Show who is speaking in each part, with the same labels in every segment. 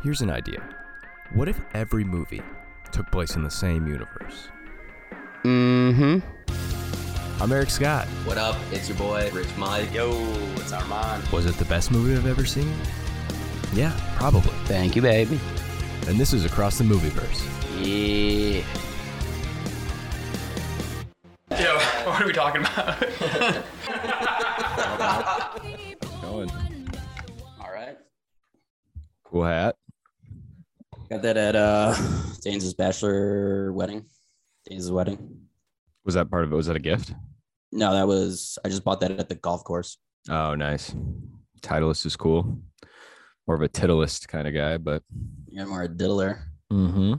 Speaker 1: Here's an idea. What if every movie took place in the same universe?
Speaker 2: Mm hmm.
Speaker 1: I'm Eric Scott.
Speaker 3: What up? It's your boy, Rich Mike.
Speaker 4: Yo, it's Armand.
Speaker 1: Was it the best movie I've ever seen? Yeah, probably.
Speaker 2: Thank you, baby.
Speaker 1: And this is Across the Movieverse.
Speaker 2: Yeah.
Speaker 4: Yo, what are we talking about?
Speaker 5: Going.
Speaker 2: All right.
Speaker 5: Cool hat.
Speaker 2: Got that at uh Danes' bachelor wedding. Danes' wedding.
Speaker 5: Was that part of it? Was that a gift?
Speaker 2: No, that was I just bought that at the golf course.
Speaker 5: Oh, nice. Titleist is cool. More of a titleist kind of guy, but
Speaker 2: You're more a diddler.
Speaker 5: mm-hmm.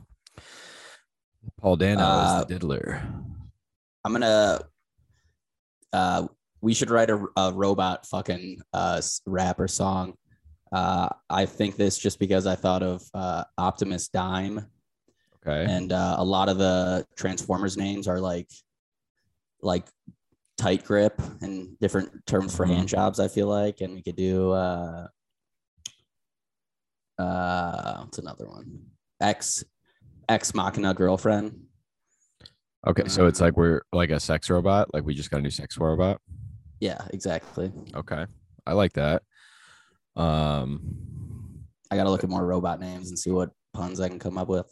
Speaker 5: Paul Dano
Speaker 2: Uh,
Speaker 5: is the diddler.
Speaker 2: I'm gonna. Uh, we should write a, a robot fucking uh s- rap or song. Uh, I think this just because I thought of uh, Optimus Dime,
Speaker 5: Okay.
Speaker 2: and uh, a lot of the Transformers names are like, like, tight grip and different terms for
Speaker 5: Mhm.
Speaker 2: hand jobs. I feel like, and we could do. Uh, uh, what's another one? X, X Machina girlfriend.
Speaker 5: Okay. So it's like we're like a sex robot. Like we just got a new sex robot.
Speaker 2: Yeah, exactly.
Speaker 5: Okay. I like that. Um,
Speaker 2: I gotta look at more robot names and see what puns I can come up with.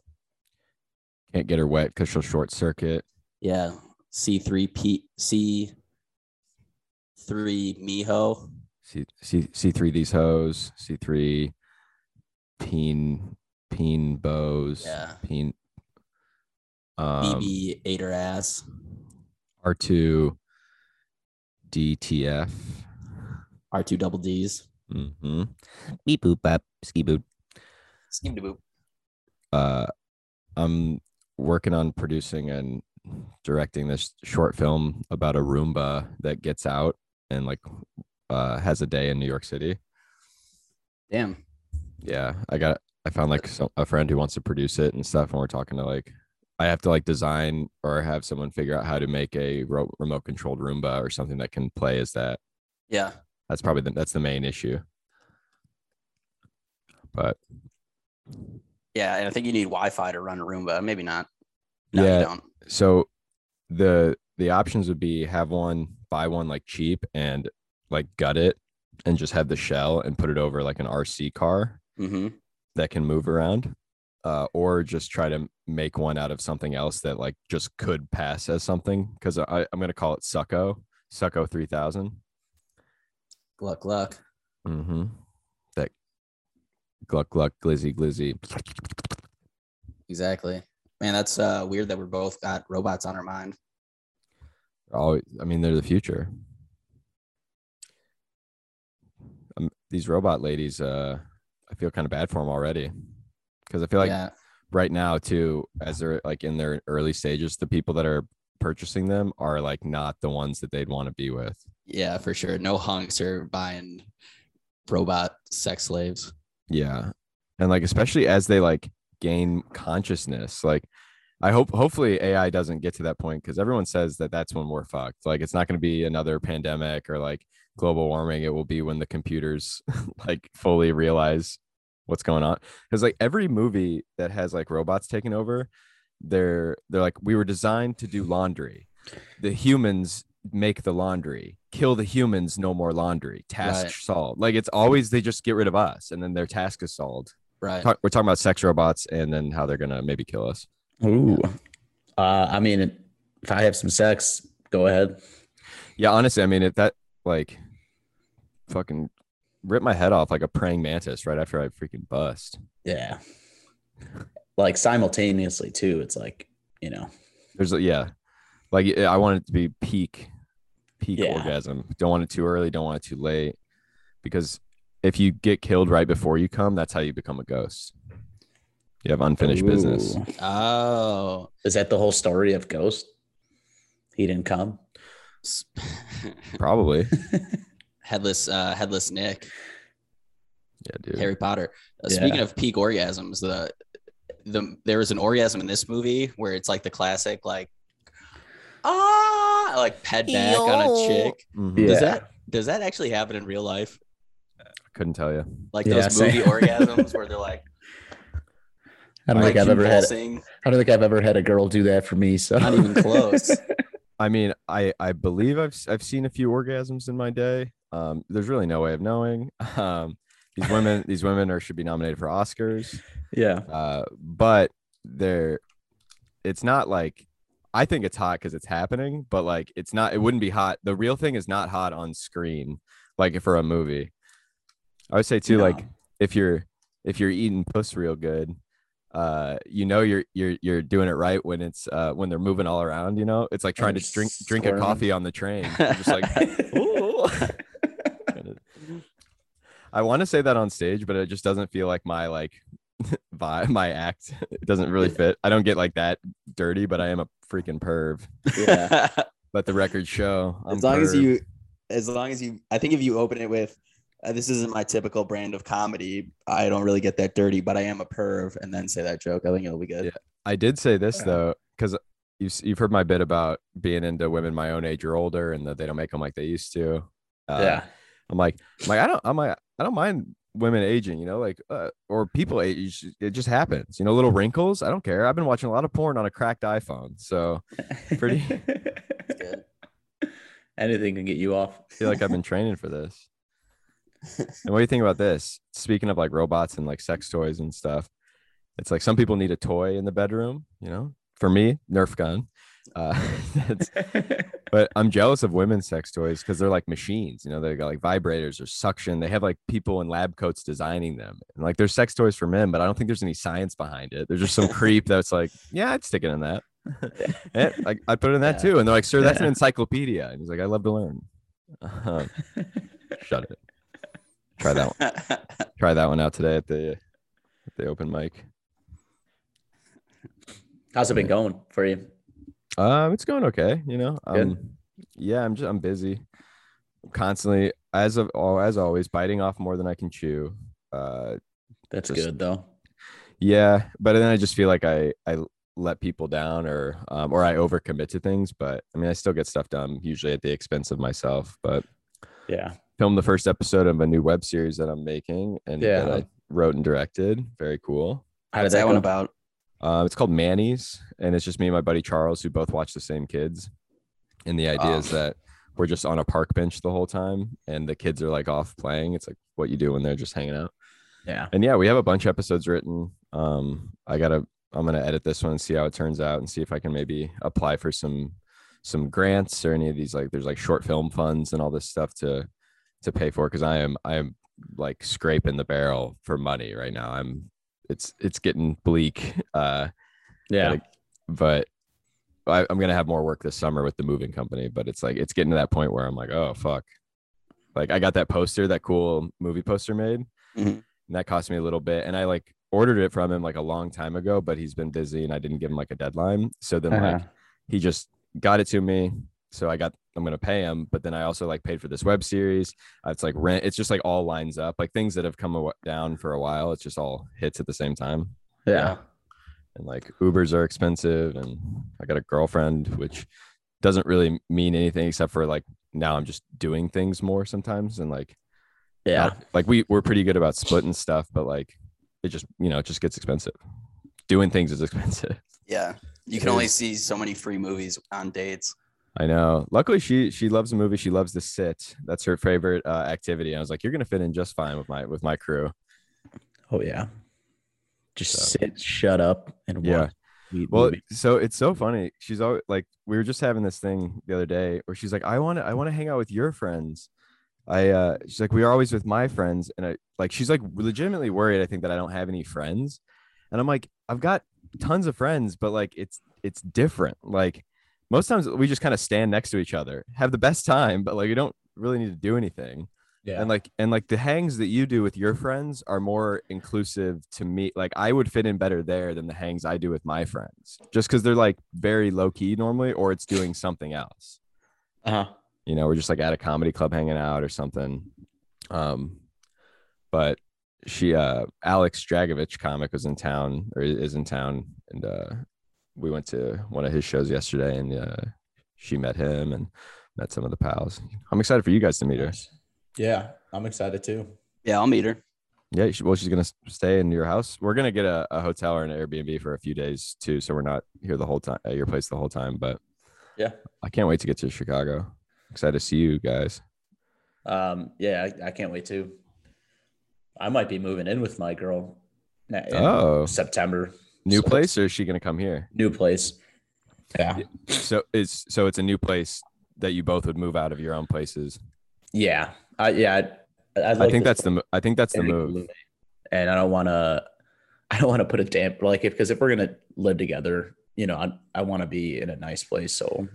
Speaker 5: can't get her wet because she'll short circuit.
Speaker 2: Yeah, C three P C three Miho.
Speaker 5: C C C three these hoes. C three peen peen bows.
Speaker 2: Yeah.
Speaker 5: Peen um
Speaker 2: BB ate her ass.
Speaker 5: R two DTF.
Speaker 2: R two double D's.
Speaker 5: Mm-hmm. Beep boop up ski boot.
Speaker 2: Scheme to boop.
Speaker 5: Uh I'm working on producing and directing this short film about a Roomba that gets out and like uh has a day in New York City.
Speaker 2: Damn.
Speaker 5: yeah i got i found like some, a friend who wants to produce it and stuff and we're talking to like i have to like design or have someone figure out how to make a ro- remote controlled roomba or something that can play as that
Speaker 2: Yeah.
Speaker 5: that's probably the, that's the main issue but
Speaker 2: Yeah, and I think you need Wi Fi to run a Roomba. Maybe not. No,
Speaker 5: Yeah.
Speaker 2: you don't.
Speaker 5: so the the options would be have one buy one like cheap and like gut it and just have the shell and put it over like an rc car
Speaker 2: Mm-hmm.
Speaker 5: that can move around uh, or just try to make one out of something else that like just could pass as something because i'm going to call it succo succo 3000
Speaker 2: Gluck gluck.
Speaker 5: mm-hmm. that gluck gluck glizzy glizzy
Speaker 2: Exactly. Man, that's uh, weird that we're both got robots on our mind.
Speaker 5: always, i mean they're the future um, these robot ladies uh, i feel kind of bad for them already because i feel like
Speaker 2: yeah.
Speaker 5: right now too as they're like in their early stages the people that are purchasing them are like not the ones that they'd want to be with
Speaker 2: Yeah, for sure. No hunks are buying robot sex slaves.
Speaker 5: yeah and like especially as they like gain consciousness like i hope hopefully ai doesn't get to that point because everyone says that that's when we're fucked like it's not going to be another pandemic or like global warming it will be when the computers like fully realize what's going on because like every movie that has like robots taking over they're they're like we were designed to do laundry the humans make the laundry kill the humans no more laundry task
Speaker 2: Right.
Speaker 5: solved like it's always they just get rid of us and then their task is solved
Speaker 2: Right.
Speaker 5: Talk, we're talking about sex robots and then how they're gonna maybe kill us
Speaker 6: Ooh. Uh, I mean, if I have some sex, go ahead.
Speaker 5: yeah honestly i mean if that like fucking rip my head off like a praying mantis right after i freaking bust
Speaker 6: Yeah. Like simultaneously, too. It's like, you know,
Speaker 5: There's a, yeah, like yeah, I want it to be peak, peak
Speaker 6: Yeah.
Speaker 5: orgasm. Don't want it too early. Don't want it too late, because if you get killed right before you come, that's how you become a ghost. You have unfinished business.
Speaker 6: Ooh.
Speaker 2: Oh.
Speaker 6: Is that the whole story of Ghost? He didn't come.
Speaker 2: S-
Speaker 5: Probably.
Speaker 2: headless uh headless nick
Speaker 5: Yeah, dude.
Speaker 2: harry potter uh, speaking
Speaker 6: Yeah.
Speaker 2: of peak orgasms the the there was an orgasm in this movie where it's like the classic like ah like pet back on a chick
Speaker 5: Mhm.
Speaker 6: Yeah.
Speaker 2: does that does that actually happen in real life
Speaker 5: Couldn't tell you.
Speaker 2: like
Speaker 6: Yeah,
Speaker 2: those
Speaker 6: same.
Speaker 2: movie orgasms where they're like
Speaker 6: I don't
Speaker 7: Like
Speaker 6: think I've ever had.
Speaker 7: convulsing.
Speaker 6: I don't think I've ever had a girl do that for me. So
Speaker 7: Not even close.
Speaker 5: I mean, I I believe I've s- I've seen a few orgasms in my day. Um, there's really no way of knowing. Um, these women these women are should be nominated for Oscars.
Speaker 6: yeah,
Speaker 5: Uh, but they're it's not like I think it's hot because it's happening, but like it's not. It wouldn't be hot. The real thing is not hot on screen, like for a movie. I would say too,
Speaker 7: No.
Speaker 5: like if you're if you're eating puss real good, uh, you know you're you're you're doing it right when it's uh when they're moving all around. You know, it's like trying
Speaker 6: And
Speaker 5: to drink drink a
Speaker 6: squirming.
Speaker 5: coffee on the train. You're just like Ooh. I want to say that on stage, but it just doesn't feel like my like vibe, my act. It doesn't really fit. I don't get like that dirty, but I am a freaking perv.
Speaker 6: yeah.
Speaker 5: Let the record show. I'm
Speaker 7: as long as
Speaker 5: perv.
Speaker 7: you, as long as you, I think if you open it with, uh, "This isn't my typical brand of comedy. I don't really get that dirty, but I am a perv," and then say that joke, I think it'll be good.
Speaker 5: Yeah. I did say this
Speaker 6: Yeah.
Speaker 5: though, because you've s- you've heard my bit about being into women my own age or older, and that they don't make them like they used to. Uh,
Speaker 6: yeah,
Speaker 5: I'm like, I'm like, I don't, I'm like, I don't mind women aging, you know, like, uh, or people age. It just happens, you know, little wrinkles. I don't care. I've been watching a lot of porn on a cracked iPhone, so Pretty-
Speaker 7: good.
Speaker 6: Anything can get you off.
Speaker 5: I feel like I've been training for this. And what do you think about this? Speaking of like robots and like sex toys and stuff, it's like some people need a toy in the bedroom, you know. For me, Nerf gun. Uh, that's, but I'm jealous of women's sex toys because they're like machines, you know, they got like vibrators or suction. They have like people in lab coats designing them. And like there's sex toys for men, but I don't think there's any science behind it. There's just some creep that's like, yeah, I'd stick it in that. Eh, I, I'd put it in that
Speaker 6: Yeah.
Speaker 5: too. And they're like, sir, that's an
Speaker 6: Yeah.
Speaker 5: encyclopedia. And he's like, I love to learn. Uh-huh. Shut it. Try that one. Try that one out today at the at the open mic.
Speaker 6: How's it been going for you?
Speaker 5: Um, it's going okay. You know,
Speaker 6: Good.
Speaker 5: um, yeah, I'm just I'm busy, I'm constantly as of all as always biting off more than I can chew. Uh,
Speaker 6: That's
Speaker 5: just-
Speaker 6: good though.
Speaker 5: yeah, but then I just feel like I I let people down or um, or I overcommit to things. But I mean, I still get stuff done usually at the expense of myself. But
Speaker 6: Yeah.
Speaker 5: filmed the first episode of a new web series that I'm making and that
Speaker 6: Yeah.
Speaker 5: I wrote and directed. Very cool.
Speaker 6: How
Speaker 7: What's
Speaker 6: did
Speaker 7: that one
Speaker 6: go?
Speaker 7: about?
Speaker 5: Uh, it's called Manny's, and it's just me and my buddy Charles who both watch the same kids. And the idea is
Speaker 7: Oh.
Speaker 5: that we're just on a park bench the whole time, and the kids are like off playing. It's like what you do when they're just hanging out.
Speaker 6: Yeah.
Speaker 5: And yeah, we have a bunch of episodes written. Um, I gotta, I'm gonna edit this one and see how it turns out, and see if I can maybe apply for some, some grants or any of these like there's like short film funds and all this stuff to, to pay for. Because I am, I am like scraping the barrel for money right now. I'm, it's, it's getting bleak. Uh,
Speaker 6: Yeah.
Speaker 5: Like, but I, I'm gonna have more work this summer with the moving company. But it's like it's getting to that point where I'm like, oh fuck, like I got that poster, that cool movie poster made,
Speaker 7: Mhm.
Speaker 5: and that cost me a little bit. And I like ordered it from him like a long time ago, but he's been busy and I didn't give him like a deadline. So then like
Speaker 6: Uh-huh.
Speaker 5: he just got it to me. So I got I'm gonna pay him, but then I also like paid for this web series. Uh, It's like rent. It's just like all lines up, like things that have come awa- down for a while. It's just all hits at the same time
Speaker 6: yeah.
Speaker 5: and like Ubers are expensive and I got a girlfriend which doesn't really mean anything except for like now I'm just doing things more sometimes and like
Speaker 6: Yeah.
Speaker 5: not- like we we're pretty good about splitting stuff but like it just you know it just gets expensive doing things is expensive
Speaker 7: Yeah, you can only see so many free movies on dates.
Speaker 5: I know luckily she she loves a movie she loves to sit that's her favorite uh, activity I was like you're gonna fit in just fine with my with my crew
Speaker 6: Oh yeah. Just
Speaker 5: So-
Speaker 6: sit, shut up, and
Speaker 5: Yeah.
Speaker 6: watch. the
Speaker 5: Well,
Speaker 6: movie.
Speaker 5: so it's so funny. She's always like, we were just having this thing the other day where she's like, I want to, I want to hang out with your friends. I, uh, she's like, we are always with my friends. And I like, she's like legitimately worried. I think that I don't have any friends. And I'm like, I've got tons of friends, but like, it's, it's different. Like most times we just kind of stand next to each other, have the best time, but like, we don't really need to do anything
Speaker 6: yeah.
Speaker 5: and like and like the hangs that you do with your friends are more inclusive to me like i would fit in better there than the hangs i do with my friends just because they're like very low key normally or it's doing something else
Speaker 6: uh-huh.
Speaker 5: you know we're just like at a comedy club hanging out or something um but she uh alex dragovich comic was in town or is in town and uh we went to one of his shows yesterday and uh she met him and met some of the pals i'm excited for you guys to meet her
Speaker 6: Yeah, I'm excited too.
Speaker 7: Yeah, I'll meet her.
Speaker 5: Yeah, you should- well, she's gonna s- stay in your house. We're gonna get a, a hotel or an Airbnb for a few days too, so we're not here the whole time at your place the whole time. But
Speaker 6: Yeah.
Speaker 5: I can't wait to get to Chicago. Excited to see you guys.
Speaker 6: Um, yeah, I, I can't wait to. I might be moving in with my girl. na- in
Speaker 5: Oh.
Speaker 6: September
Speaker 5: New
Speaker 6: So-
Speaker 5: place, or is she gonna come here?
Speaker 6: new place. Yeah,
Speaker 5: So it's so it's a new place that you both would move out of your own places.
Speaker 6: yeah, I, yeah. I, I,
Speaker 5: I think that's the mo- I think that's the move.
Speaker 6: And I don't want to. I don't want to put a damp like if because if we're gonna live together, you know, I, I want to be in a nice place. So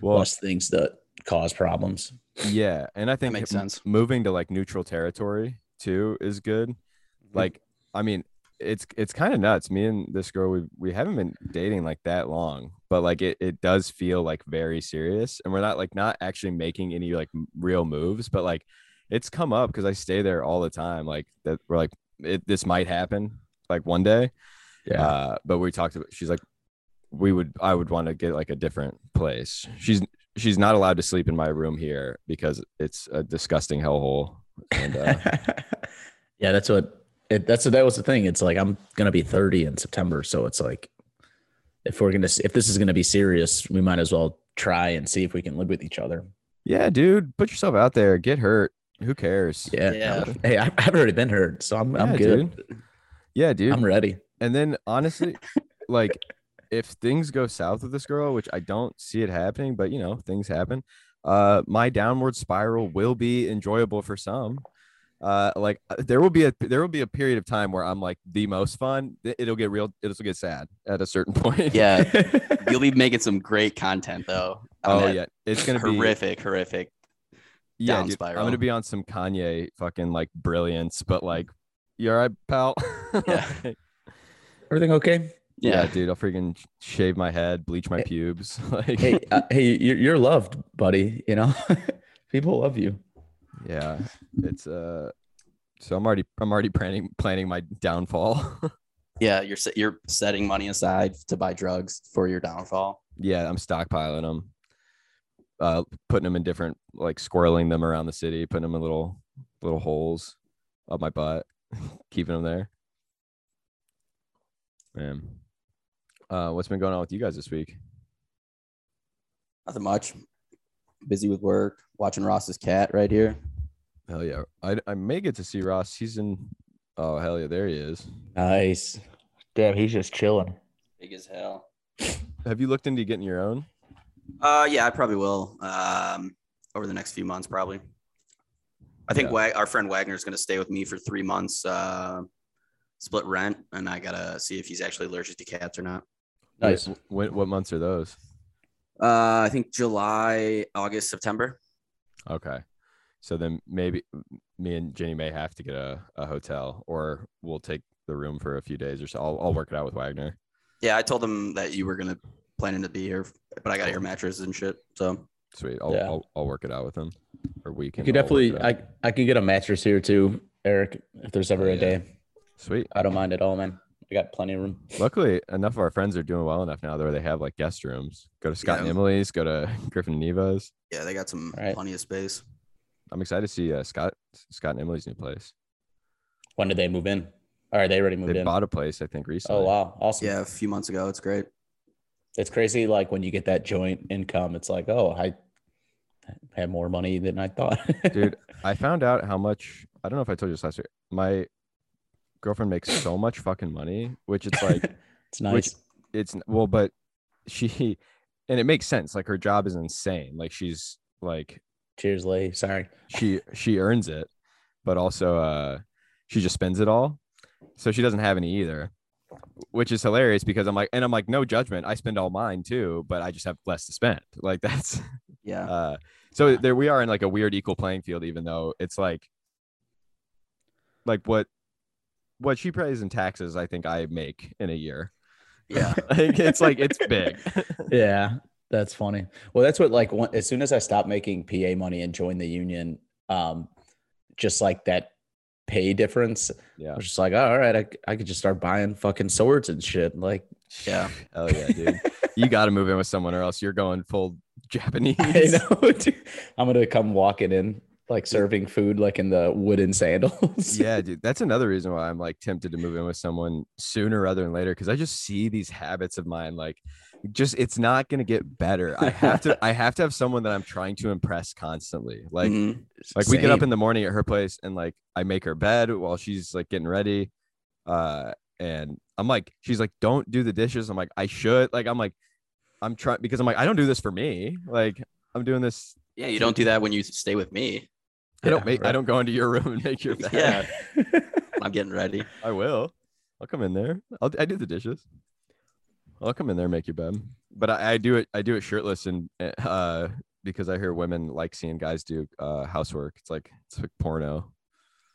Speaker 5: Well,
Speaker 6: less things that cause problems.
Speaker 5: yeah, and I think
Speaker 7: makes
Speaker 5: m-
Speaker 7: sense.
Speaker 5: moving to like neutral territory too is good. Like, I mean, it's it's kind of nuts. Me and this girl, we we haven't been dating like that long, but like it it does feel like very serious, and we're not like not actually making any like m- real moves, but like it's come up because I stay there all the time. Like that, we're like it, this might happen like one day. Uh, but we talked about she's like we would I would want to get like a different place. She's she's not allowed to sleep in my room here because it's a disgusting hellhole. And uh,
Speaker 6: yeah, that's what it, that's that was the thing. It's like I'm gonna be 30 in September, so it's like if we're gonna if this is gonna be serious, we might as well try and see if we can live with each other.
Speaker 5: yeah, dude, put yourself out there, get hurt. Who cares?
Speaker 6: Yeah.
Speaker 7: Yeah.
Speaker 6: Hey, I- I've already been hurt, so I'm I'm
Speaker 5: Yeah,
Speaker 6: good.
Speaker 5: Dude. Yeah, dude.
Speaker 6: I'm ready.
Speaker 5: and then honestly, like if things go south with this girl, which I don't see it happening, but you know, things happen. Uh, my downward spiral will be enjoyable for some. Uh, like uh, there will be a there will be a period of time where I'm like the most fun. Th- It'll get real. It'll get sad at a certain point.
Speaker 7: Yeah, you'll be making some great content though. on
Speaker 5: Oh
Speaker 7: that
Speaker 5: yeah. It's gonna be
Speaker 7: horrific, horrific.
Speaker 5: Yeah,
Speaker 7: down
Speaker 5: dude, I'm
Speaker 7: spiral.
Speaker 5: gonna be on some Kanye fucking like brilliance, but like, you all right, pal?
Speaker 7: Yeah.
Speaker 5: Like,
Speaker 6: Everything okay?
Speaker 5: yeah,
Speaker 7: Yeah,
Speaker 5: dude. I'll freaking sh- shave my head, bleach my
Speaker 6: Hey-
Speaker 5: pubes. Like,
Speaker 6: Hey, uh, hey, you're, you're loved, buddy. You know, people love you.
Speaker 5: yeah, it's uh. So I'm already I'm already planning planning my downfall.
Speaker 7: yeah. You're se- you're setting money aside to buy drugs for your downfall.
Speaker 5: yeah, I'm stockpiling them, uh, putting them in different like squirreling them around the city, putting them in little little holes up my butt, keeping them there. Man, uh, what's been going on with you guys this week?
Speaker 7: Nothing much. Busy with work. Watching Ross's cat right here.
Speaker 5: Hell yeah. I, I may get to see Ross. He's in. Oh, hell yeah. There he is.
Speaker 6: Nice. Damn, he's just chilling.
Speaker 7: Big as hell.
Speaker 5: Have you looked into getting your own?
Speaker 7: Uh, yeah, I probably will. Um, over the next few months, probably. I think
Speaker 5: Yeah.
Speaker 7: Wag- our friend Wagner is going to stay with me for three months. Uh, split rent, and I gotta see if he's actually allergic to cats or not.
Speaker 6: Nice.
Speaker 5: Wh- When, what months are those?
Speaker 7: Uh, I think July, August, September.
Speaker 5: Okay. So then maybe me and Jenny may have to get a, a hotel or we'll take the room for a few days or so. I'll, I'll work it out with Wagner.
Speaker 7: Yeah, I told him that you were gonna planning to be here, but I got your mattress and shit. So
Speaker 5: Sweet. I'll,
Speaker 6: Yeah.
Speaker 5: I'll, I'll work it out with him or we can.
Speaker 6: You could
Speaker 5: all work it
Speaker 6: definitely.
Speaker 5: out.
Speaker 6: I I could get a mattress here too, Eric. If there's ever
Speaker 5: Oh,
Speaker 6: a
Speaker 5: yeah.
Speaker 6: day,
Speaker 5: Sweet.
Speaker 6: I don't mind at all, man. I got plenty of room.
Speaker 5: Luckily, enough of our friends are doing well enough now that they have like guest rooms. Go to Scott and
Speaker 7: Yeah.
Speaker 5: Emily's, go to Griffin and Neva's.
Speaker 7: yeah, they got some
Speaker 6: All right.
Speaker 7: plenty of space.
Speaker 5: I'm excited to see uh, Scott Scott and Emily's new place.
Speaker 6: When did they move in? All right, they already moved
Speaker 5: they
Speaker 6: in.
Speaker 5: bought a place, I think, recently.
Speaker 6: oh wow, awesome.
Speaker 7: Yeah, a few months ago, it's great.
Speaker 6: it's crazy. Like when you get that joint income, it's like, oh, I had more money than I thought,
Speaker 5: Dude, I found out how much I don't know if I told you this last week. My girlfriend makes so much fucking money, which it's like
Speaker 6: it's nice.
Speaker 5: which- it's well, but she and it makes sense. Like her job is insane. Like she's like
Speaker 6: Cheers, Lee. Sorry.
Speaker 5: she she earns it, but also uh she just spends it all. So she doesn't have any either. Which is hilarious because I'm like, and I'm like, no judgment. I spend all mine too, but I just have less to spend. Like that's
Speaker 7: Yeah,
Speaker 5: uh so there we are in like a weird equal playing field even though it's like like what what she pays in taxes i think i make in a year
Speaker 7: yeah,
Speaker 5: like it's like it's big
Speaker 6: Yeah, that's funny. Well, that's what like one, as soon as I stopped making PA money and joined the union, um, just like that pay difference, I
Speaker 5: yeah
Speaker 6: was just like, "Oh, all right, I, I could just start buying fucking swords and shit. Like,
Speaker 7: yeah.
Speaker 5: oh yeah dude you got to move in with someone or else you're going full japanese
Speaker 6: I know, dude. I'm gonna come walking in like serving food like in the wooden sandals.
Speaker 5: yeah, dude. That's another reason why I'm like tempted to move in with someone sooner rather than later. Cause I just see these habits of mine. Like just it's not gonna get better. I have to I have to have someone that I'm trying to impress constantly. Like
Speaker 7: Mhm.
Speaker 5: like we get up
Speaker 6: Same.
Speaker 5: in the morning at her place and like I make her bed while she's like getting ready. Uh and I'm like, she's like, don't do the dishes. I'm like, I should. Like, I'm like, I'm trying because I'm like, I don't do this for me. Like, I'm doing this.
Speaker 7: Yeah, you don't do that when you stay with me.
Speaker 5: I don't
Speaker 6: Yeah,
Speaker 5: make I
Speaker 6: right.
Speaker 5: don't go into your room and make your bed.
Speaker 7: Yeah, I'm getting ready.
Speaker 5: I will. I'll come in there. I'll I do the dishes. I'll come in there and make your bed. But I, I do it. I do it shirtless and uh because I hear women like seeing guys do uh housework. It's like it's like porno.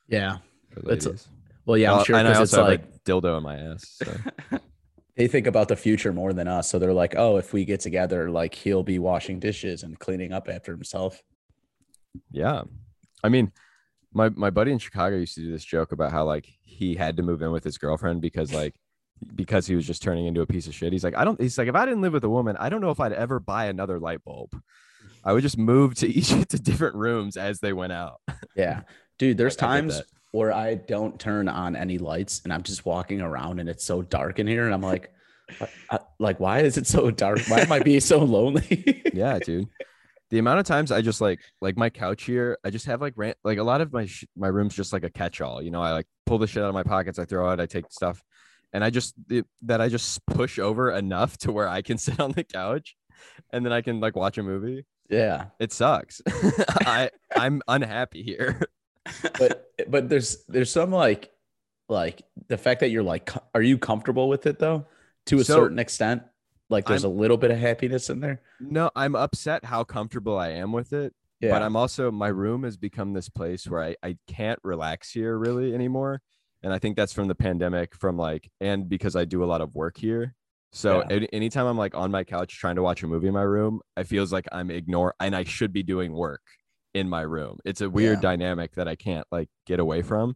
Speaker 6: yeah.
Speaker 5: For
Speaker 6: That's-
Speaker 5: ladies.
Speaker 6: Well, yeah, I'm
Speaker 5: Well,
Speaker 6: sure
Speaker 5: and I
Speaker 6: because it's
Speaker 5: also have
Speaker 6: like
Speaker 5: a dildo in my ass. so.
Speaker 6: they think about the future more than us. So they're like, oh, if we get together, like he'll be washing dishes and cleaning up after himself.
Speaker 5: yeah, I mean, my my buddy in Chicago used to do this joke about how like he had to move in with his girlfriend because like because he was just turning into a piece of shit. He's like, I don't. He's like, if I didn't live with a woman, I don't know if I'd ever buy another light bulb. I would just move to each to different rooms as they went out.
Speaker 6: Yeah. Dude,
Speaker 5: I- I
Speaker 6: there's
Speaker 5: get
Speaker 6: times
Speaker 5: that.
Speaker 6: where I don't turn on any lights and I'm just walking around and it's so dark in here. And I'm like, "What- I- like, why is it so dark? Why am I being so lonely?
Speaker 5: yeah dude the amount of times i just like like my couch here i just have like rant like a lot of my sh- my room's just like a catch-all you know i like pull the shit out of my pockets i throw it i take stuff and i just it, that i just push over enough to where i can sit on the couch and then i can like watch a movie
Speaker 6: yeah.
Speaker 5: it sucks i i'm unhappy here
Speaker 6: but but there's there's some like like the fact that you're like co- are you comfortable with it though to a
Speaker 5: So-
Speaker 6: certain extent like there's a little bit of happiness in there
Speaker 5: no i'm upset how comfortable i am with it
Speaker 6: yeah
Speaker 5: but I'm also my room has become this place where I, I can't relax here really anymore. And I think that's from the pandemic, from like, and because I do a lot of work here. So
Speaker 6: Yeah.
Speaker 5: any- anytime I'm like on my couch trying to watch a movie in my room, I feels like I'm ignore and I should be doing work in my room. It's a weird
Speaker 6: Yeah.
Speaker 5: dynamic that I can't like get away from.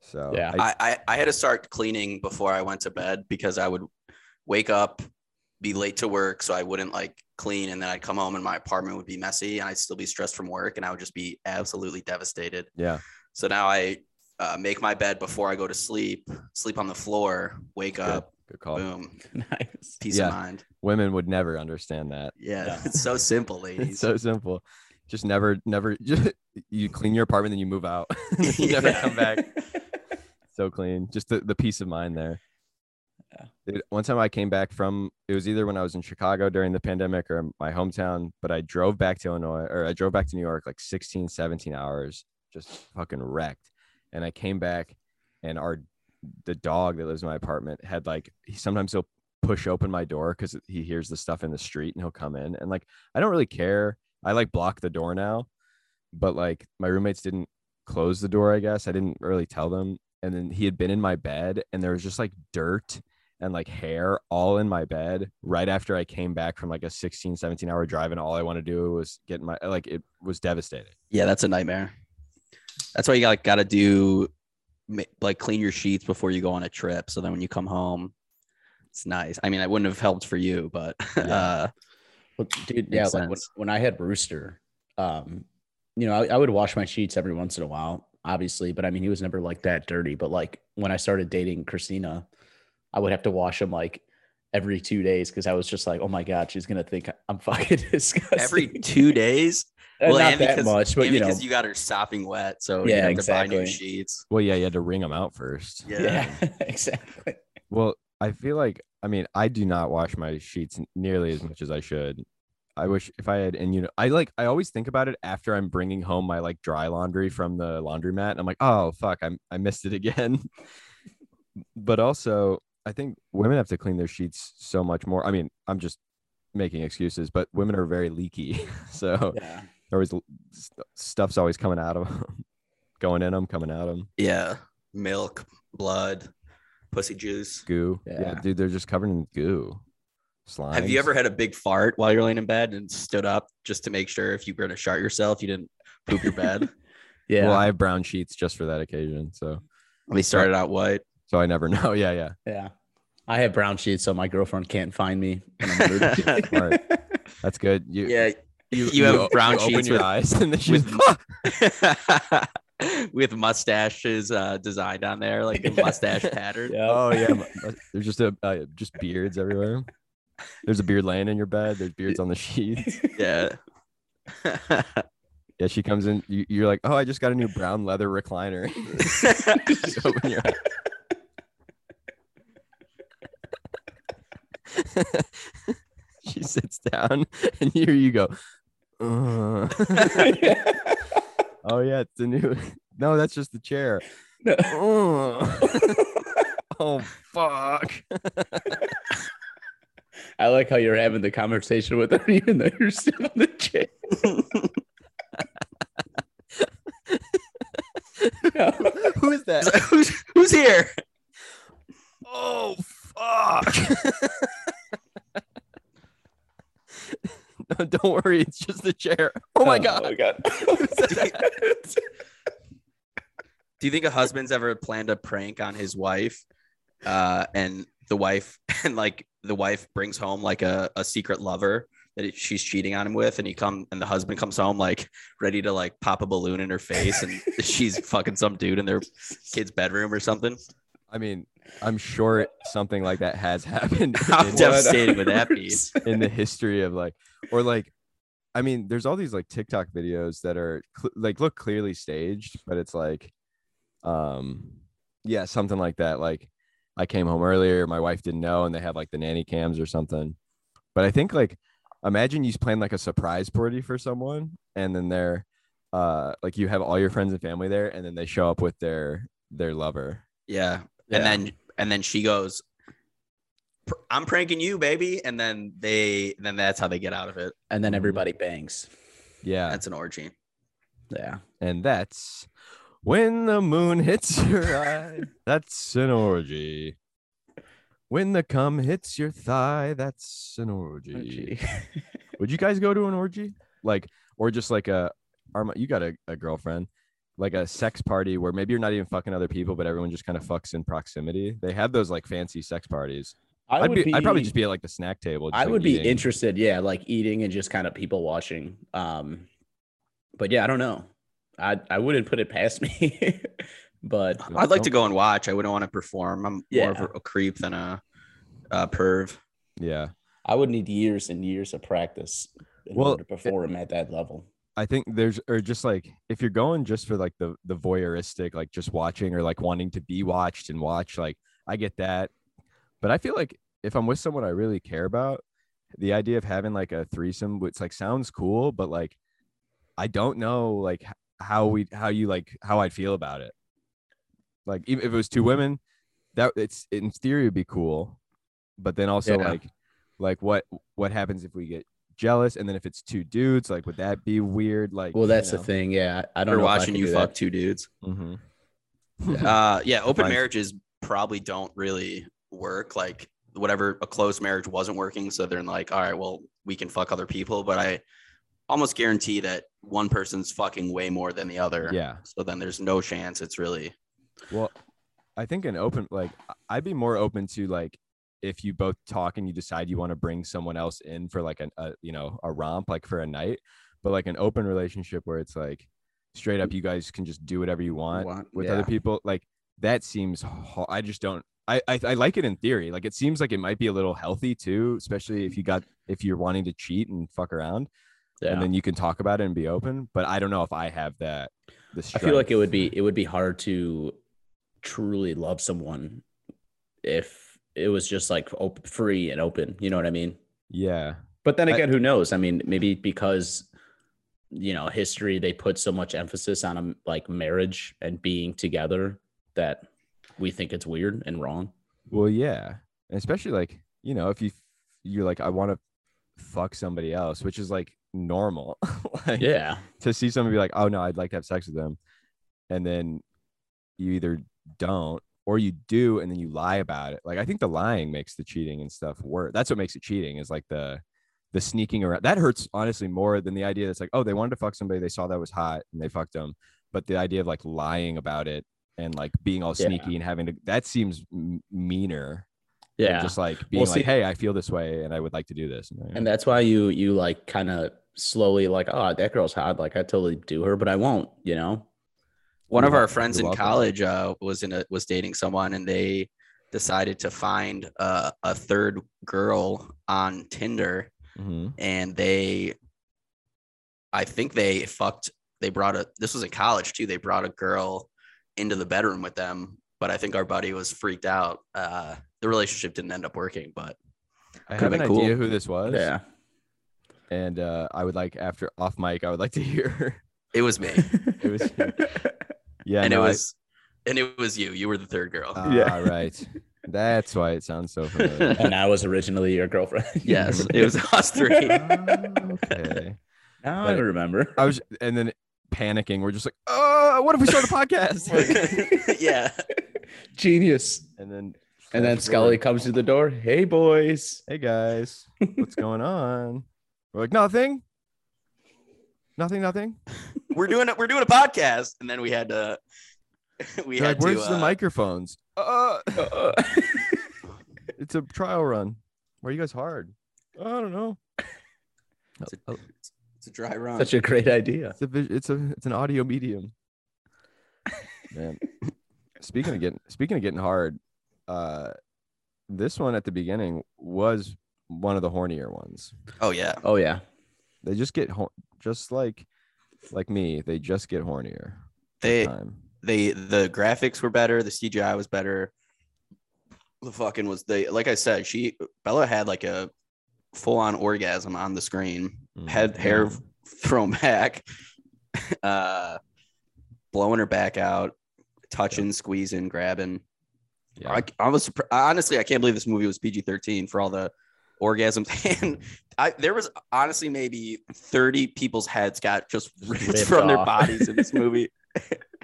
Speaker 5: So
Speaker 6: Yeah.
Speaker 5: I,
Speaker 2: I, I, I had to start cleaning before I went to bed because I would wake up, be late to work, so I wouldn't like clean, and then I'd come home and my apartment would be messy, and I'd still be stressed from work, and I would just be absolutely devastated.
Speaker 5: yeah,
Speaker 2: So now I uh, make my bed before I go to sleep, sleep on the floor, wake
Speaker 5: good,
Speaker 2: up,
Speaker 5: good call.
Speaker 2: boom,
Speaker 6: nice
Speaker 2: peace
Speaker 5: Yeah.
Speaker 2: of mind.
Speaker 5: Women would never understand that.
Speaker 2: Yeah,
Speaker 6: Yeah.
Speaker 2: it's so simple, ladies.
Speaker 5: It's so simple. Just never, never. you clean your apartment, then you move out. you never
Speaker 2: Yeah.
Speaker 5: come back. so clean. Just the, the peace of mind there.
Speaker 6: Yeah.
Speaker 5: Dude, one time I came back from it was either when I was in Chicago during the pandemic or my hometown, but I drove back to Illinois or I drove back to New York like 16, 17 hours, just fucking wrecked. And I came back and our the dog that lives in my apartment had like he sometimes he'll push open my door because he hears the stuff in the street and he'll come in and like I don't really care. I like block the door now, but like my roommates didn't close the door, I guess. I didn't really tell them. And then he had been in my bed and there was just like dirt and like hair all in my bed right after I came back from like a 16, 17 hour drive. And all I want to do was get in my, like, it was devastating.
Speaker 7: Yeah, that's a nightmare. That's why you got got to do ma- like clean your sheets before you go on a trip, so then when you come home, it's nice. I mean, I wouldn't have helped for you, but uh,
Speaker 6: Well, dude, yeah,
Speaker 7: Makes
Speaker 6: like when,
Speaker 7: sense.
Speaker 6: when I had Rooster, um, you know, I, I would wash my sheets every once in a while, obviously, but I mean, he was never like that dirty. But like when I started dating Christina, I would have to wash them like every two days because I was just like, oh my god, she's gonna think I'm fucking disgusting.
Speaker 2: Every two days,
Speaker 6: Uh,
Speaker 2: well,
Speaker 6: not
Speaker 2: and
Speaker 6: that
Speaker 2: because-
Speaker 6: much, but
Speaker 2: and
Speaker 6: you know,
Speaker 2: because you got her sopping wet, so
Speaker 6: Yeah,
Speaker 2: you have to buy
Speaker 6: exactly.
Speaker 2: new sheets.
Speaker 5: Well, yeah, you had to wring them out first.
Speaker 2: Yeah.
Speaker 6: yeah, exactly.
Speaker 5: Well, I feel like I mean I do not wash my sheets n- nearly as much as I should. I wish if I had and you know I like I always think about it after I'm bringing home my like dry laundry from the laundromat. And I'm like, oh fuck, I I missed it again. but also, I think women have to clean their sheets so much more. I mean, I'm just making excuses, but women are very leaky, so
Speaker 6: Yeah.
Speaker 5: they're always l- st- stuff's always coming out of them, going in them, coming out of them.
Speaker 2: Yeah. Milk, blood, pussy juice.
Speaker 5: Goo, yeah,
Speaker 6: Yeah.
Speaker 5: dude, they're just covered in goo. Slime.
Speaker 2: Have you ever had a big fart while you're laying in bed and stood up just to make sure if you were going to shart yourself, you didn't poop your bed?
Speaker 6: Yeah.
Speaker 5: Well, I have brown sheets just for that occasion, so
Speaker 2: they started out white.
Speaker 5: so I never know. Yeah, yeah.
Speaker 6: yeah. I have brown sheets, so my girlfriend can't find me. When I'm under-
Speaker 5: Smart. That's good. You,
Speaker 2: Yeah. You, have
Speaker 5: o-
Speaker 2: brown
Speaker 5: you open
Speaker 2: sheets
Speaker 5: your
Speaker 2: with
Speaker 5: eyes and the sheets.
Speaker 2: with with mustaches uh, designed on there, like the mustache pattern.
Speaker 5: Oh yeah, m- uh, there's just a uh, just beards everywhere. There's a beard laying in your bed. There's beards on the sheets.
Speaker 2: Yeah.
Speaker 5: Yeah, she comes in. You, you're like, oh, I just got a new brown leather recliner. You open your she sits down, and here you go. "Uh." oh yeah, it's a new. No, that's just the chair.
Speaker 6: No.
Speaker 5: "Uh." oh fuck.
Speaker 6: I like how you're having the conversation with her, even though you're sitting on the chair.
Speaker 5: Oh
Speaker 6: No.
Speaker 5: Who is that?
Speaker 2: who's, who's here?
Speaker 5: Oh fuck! no, don't worry, it's just the chair. Oh my
Speaker 6: Oh
Speaker 5: god!
Speaker 6: my god!
Speaker 2: Do you think a husband's ever planned a prank on his wife, uh, and the wife and like the wife brings home like a, a secret lover that she's cheating on him with, and he come and the husband comes home like ready to like pop a balloon in her face, and she's fucking some dude in their kid's bedroom or something.
Speaker 5: I mean, I'm sure something like that has happened
Speaker 2: How
Speaker 5: in,
Speaker 6: uh,
Speaker 2: devastated would that be?
Speaker 5: in the history of like, or like, I mean, there's all these like TikTok videos that are cl- like look clearly staged, but it's like, um, yeah, something like that. Like, I came home earlier, my wife didn't know, and they have like the nanny cams or something. But I think like imagine you plan like a surprise party for someone and then they're uh like you have all your friends and family there and then they show up with their their lover.
Speaker 2: Yeah.
Speaker 5: Yeah.
Speaker 2: And then and then she goes, "Pr- "I'm pranking you, baby," and then they then that's how they get out of it.
Speaker 6: and then everybody bangs.
Speaker 5: Yeah.
Speaker 2: That's an orgy.
Speaker 6: Yeah.
Speaker 5: And that's when the moon hits your
Speaker 6: Oh,
Speaker 5: eye. That's an orgy. When the cum hits your thigh, that's an orgy. Would you guys go to an orgy? Like, or just like a, Arma, you got a, a girlfriend, like a sex party where maybe you're not even fucking other people, but everyone just kind of fucks in proximity. They have those like fancy sex parties.
Speaker 6: I
Speaker 5: I'd
Speaker 6: would
Speaker 5: be,
Speaker 6: be,
Speaker 5: I'd probably just be at like the snack table. just,
Speaker 6: I
Speaker 5: like,
Speaker 6: would be
Speaker 5: eating.
Speaker 6: interested, yeah, like eating and just kind of people watching. Um, but yeah, I don't know. I I wouldn't put it past me, but
Speaker 5: Don't-
Speaker 2: I'd like to
Speaker 5: don't-
Speaker 2: go and watch. I wouldn't want to perform. I'm more of
Speaker 6: Yeah.
Speaker 2: a, a creep than a, a perv.
Speaker 5: Yeah.
Speaker 6: I would need years and years of practice in
Speaker 5: Well,
Speaker 6: order to perform at that level.
Speaker 5: I think there's or just like if you're going just for like the the voyeuristic, like just watching or like wanting to be watched and watch, like I get that. But I feel like if I'm with someone I really care about, the idea of having like a threesome, which like sounds cool, but like I don't know like h- how we how you like how I'd feel about it. Like even if it was two women, that it's in theory would be cool, but then also
Speaker 6: Yeah.
Speaker 5: like like what what happens if we get jealous and then if it's two dudes like would that be weird like
Speaker 6: Well, that's the thing. Yeah, I I don't
Speaker 2: They're
Speaker 6: know. if I
Speaker 2: watching
Speaker 6: could
Speaker 2: you
Speaker 6: do
Speaker 2: fuck
Speaker 6: that.
Speaker 2: two dudes.
Speaker 5: mm-hmm.
Speaker 2: Uh, yeah, open
Speaker 5: Fine.
Speaker 2: marriages probably don't really work. Like whatever a closed marriage wasn't working, so they're like, all right, well, we can fuck other people, but I almost guarantee that one person's fucking way more than the other.
Speaker 5: yeah
Speaker 2: So then there's no chance it's really
Speaker 5: well i think an open like I- i'd be more open to like if you both talk and you decide you want to bring someone else in for like an a, you know a romp like for a night but like an open relationship where it's like straight up you guys can just do whatever you want
Speaker 6: Want-
Speaker 5: with
Speaker 6: yeah.
Speaker 5: other people like that seems ho- i just don't I, I i like it in theory like it seems like it might be a little healthy too especially if you got if you're wanting to cheat and fuck around
Speaker 6: Yeah.
Speaker 5: and then you can talk about it and be open but i don't know if i have that the
Speaker 6: I feel like it
Speaker 5: strength.
Speaker 6: would be it would be hard to truly love someone if it was just like op- free and open. You know what I mean?
Speaker 5: yeah
Speaker 6: But then
Speaker 5: I-
Speaker 6: again, who knows? I mean, maybe because you know history, they put so much emphasis on um, like marriage and being together that we think it's weird and wrong.
Speaker 5: well yeah and especially like you know if you you're like i want to fuck somebody else which is like normal like,
Speaker 6: Yeah,
Speaker 5: to see someone be like, oh no, I'd like to have sex with them. And then you either don't or you do and then you lie about it. Like I think the lying makes the cheating and stuff worse. That's what makes it cheating is like the the sneaking around. That hurts honestly more than the idea that's like, oh, they wanted to fuck somebody, they saw that was hot and they fucked them. But the idea of like lying about it and like being all
Speaker 6: Yeah.
Speaker 5: sneaky and having to that seems m- meaner. than
Speaker 6: yeah.
Speaker 5: Just like being like,
Speaker 6: see-
Speaker 5: hey, I feel this way and I would like to do this. And, like,
Speaker 6: and that's why you you like kind of slowly like, oh, that girl's hot. Like I totally do her, but I won't, you know?
Speaker 2: One of
Speaker 5: You're
Speaker 2: our
Speaker 5: welcome.
Speaker 2: friends
Speaker 5: You're
Speaker 2: in
Speaker 5: welcome.
Speaker 2: college uh, was in a was dating someone, and they decided to find uh, a third girl on Tinder,
Speaker 5: Mhm.
Speaker 2: and they, I think they fucked. They brought a. This was in college too. They brought a girl into the bedroom with them, but I think our buddy was freaked out. Uh, the relationship didn't end up working, but
Speaker 5: I
Speaker 2: Could've
Speaker 5: have an
Speaker 2: been cool.
Speaker 5: idea who this was.
Speaker 6: Yeah.
Speaker 5: And uh, I would like after off mic, I would like to hear.
Speaker 2: it was me,
Speaker 5: It was- yeah,
Speaker 2: and
Speaker 5: no,
Speaker 2: it
Speaker 5: I-
Speaker 2: was, and it was you. You were the third girl.
Speaker 6: Yeah.
Speaker 5: Ah, right. That's why it sounds so familiar.
Speaker 6: and I was originally your girlfriend.
Speaker 2: yes, it was us three.
Speaker 5: okay.
Speaker 6: Now I
Speaker 5: But-
Speaker 6: remember.
Speaker 5: I was, and then panicking. We're just like, oh, what if we start a podcast? Like,
Speaker 2: yeah.
Speaker 6: Genius.
Speaker 5: and then,
Speaker 6: And then
Speaker 5: flash
Speaker 6: Scully
Speaker 5: forward,
Speaker 6: comes to the door. Hey boys.
Speaker 5: hey guys, what's going on? We're like, nothing, nothing, nothing.
Speaker 2: we're doing it. We're doing a podcast, and then we had to. We
Speaker 5: They're like,
Speaker 2: had
Speaker 5: where's
Speaker 2: to.
Speaker 5: the
Speaker 2: uh,
Speaker 5: microphones? Uh,
Speaker 6: Uh,
Speaker 5: it's a trial run. Why are you guys hard? I don't know.
Speaker 2: It's a, it's a dry run.
Speaker 6: such a great idea.
Speaker 5: It's a, vis- it's a, it's an audio medium. Man, speaking of getting, speaking of getting hard, uh, this one at the beginning was one of the hornier ones.
Speaker 2: oh yeah.
Speaker 6: Oh yeah.
Speaker 5: They just get hor- just like like me. They just get hornier. with
Speaker 2: They
Speaker 5: time.
Speaker 2: they the graphics were better. The CGI was better. The fucking was they like I said. She Bella had like a full on orgasm on the screen.
Speaker 5: Mhm.
Speaker 2: Had hair thrown back. Uh, blowing her back out, touching, squeezing, grabbing.
Speaker 5: Yeah.
Speaker 2: I, I was surpri- I- honestly, I can't believe this movie was PG thirteen for all the orgasms, and I, there was honestly maybe thirty people's heads got just ripped
Speaker 6: ripped
Speaker 2: from their
Speaker 6: off.
Speaker 2: bodies in this movie.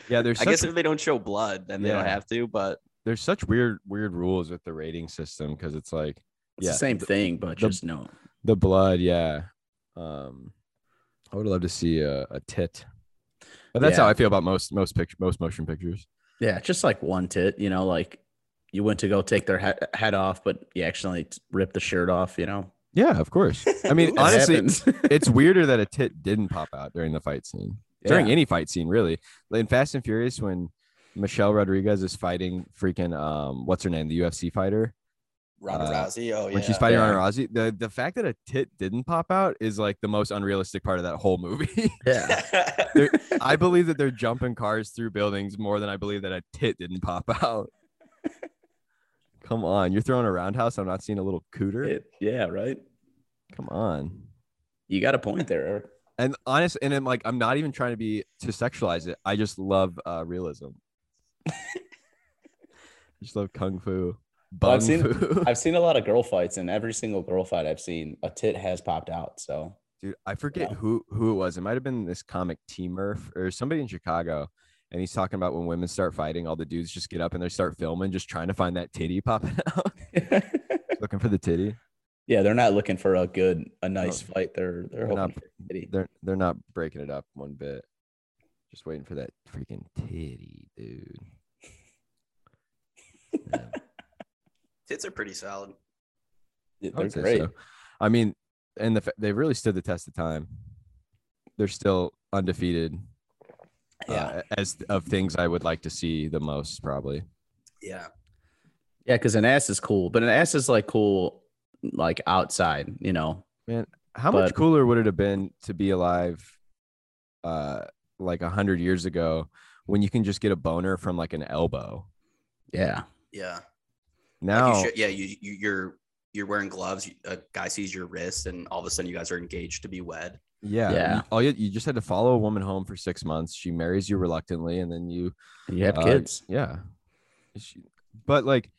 Speaker 5: yeah, there's
Speaker 2: I
Speaker 5: such,
Speaker 2: guess if they don't show blood, then they don't
Speaker 5: Yeah.
Speaker 2: have to. But
Speaker 5: there's such weird weird rules with the rating system because it's like
Speaker 6: It's
Speaker 5: yeah
Speaker 6: the same thing, but
Speaker 5: the-
Speaker 6: just no.
Speaker 5: the blood yeah. Um, I would love to see a, a tit, but that's how
Speaker 6: Yeah.
Speaker 5: I feel about most most picture most motion pictures.
Speaker 6: Yeah, just like one tit, you know, like you went to go take their he- head off, but you accidentally t- ripped the shirt off, you know.
Speaker 5: Yeah, of course. I mean,
Speaker 6: That
Speaker 5: honestly,
Speaker 6: happens.
Speaker 5: it's weirder that a tit didn't pop out during the fight scene. During
Speaker 6: Yeah.
Speaker 5: any fight scene, really. In Fast and Furious, when Michelle Rodriguez is fighting freaking um, what's her name, the UFC fighter,
Speaker 2: Ronda
Speaker 5: Uh,
Speaker 2: Rousey, oh yeah,
Speaker 5: when she's fighting
Speaker 6: Yeah.
Speaker 5: Ronda Rousey, the the fact that a tit didn't pop out is like the most unrealistic part of that whole movie.
Speaker 6: yeah.
Speaker 5: They're- I believe that they're jumping cars through buildings more than I believe that a tit didn't pop out. Come on, you're throwing a roundhouse. I'm not seeing a little cooter.
Speaker 6: It- yeah, right.
Speaker 5: Come on.
Speaker 6: You got a point there, Eric.
Speaker 5: and honest and i'm like i'm not even trying to be to sexualize it i just love uh realism i just love kung fu
Speaker 6: Well,
Speaker 5: Bung
Speaker 6: I've seen-
Speaker 5: fu.
Speaker 6: I've seen a lot of girl fights, and every single girl fight I've seen, a tit has popped out. So
Speaker 5: dude i forget
Speaker 6: Yeah.
Speaker 5: who who it was it might have been this comic t murph or somebody in chicago and he's talking about when women start fighting all the dudes just get up and they start filming just trying to find that titty popping out
Speaker 6: yeah,
Speaker 5: looking for the titty
Speaker 6: they're not looking for a good, a nice fight. They're
Speaker 5: They're
Speaker 6: they're hoping
Speaker 5: not-
Speaker 6: for a titty.
Speaker 5: they're they're not breaking it up one bit just waiting for that freaking titty dude Yeah.
Speaker 2: tits are pretty solid.
Speaker 5: I
Speaker 6: they're
Speaker 5: would say
Speaker 6: great.
Speaker 5: so. I mean, and the fa- they really stood the test of time. They're still undefeated. uh,
Speaker 6: Yeah,
Speaker 5: as of things I would like to see the most, probably.
Speaker 2: Yeah,
Speaker 6: yeah, because an ass is cool, but an ass is like cool, like outside, you know.
Speaker 5: How much
Speaker 6: But-
Speaker 5: cooler would it have been to be alive, uh, like a hundred years ago, when you can just get a boner from like an elbow?
Speaker 6: Yeah,
Speaker 2: yeah. Like,
Speaker 5: Now,
Speaker 2: you should, yeah, you, you you're you're wearing gloves. you- A guy sees your wrist, and all of a sudden, you guys are engaged to be wed.
Speaker 5: yeah, you-
Speaker 6: Yeah.
Speaker 5: all you, you just had to follow a woman home for six months. She marries you reluctantly, and then you,
Speaker 6: you have
Speaker 5: Uh,
Speaker 6: kids
Speaker 5: yeah, she, but like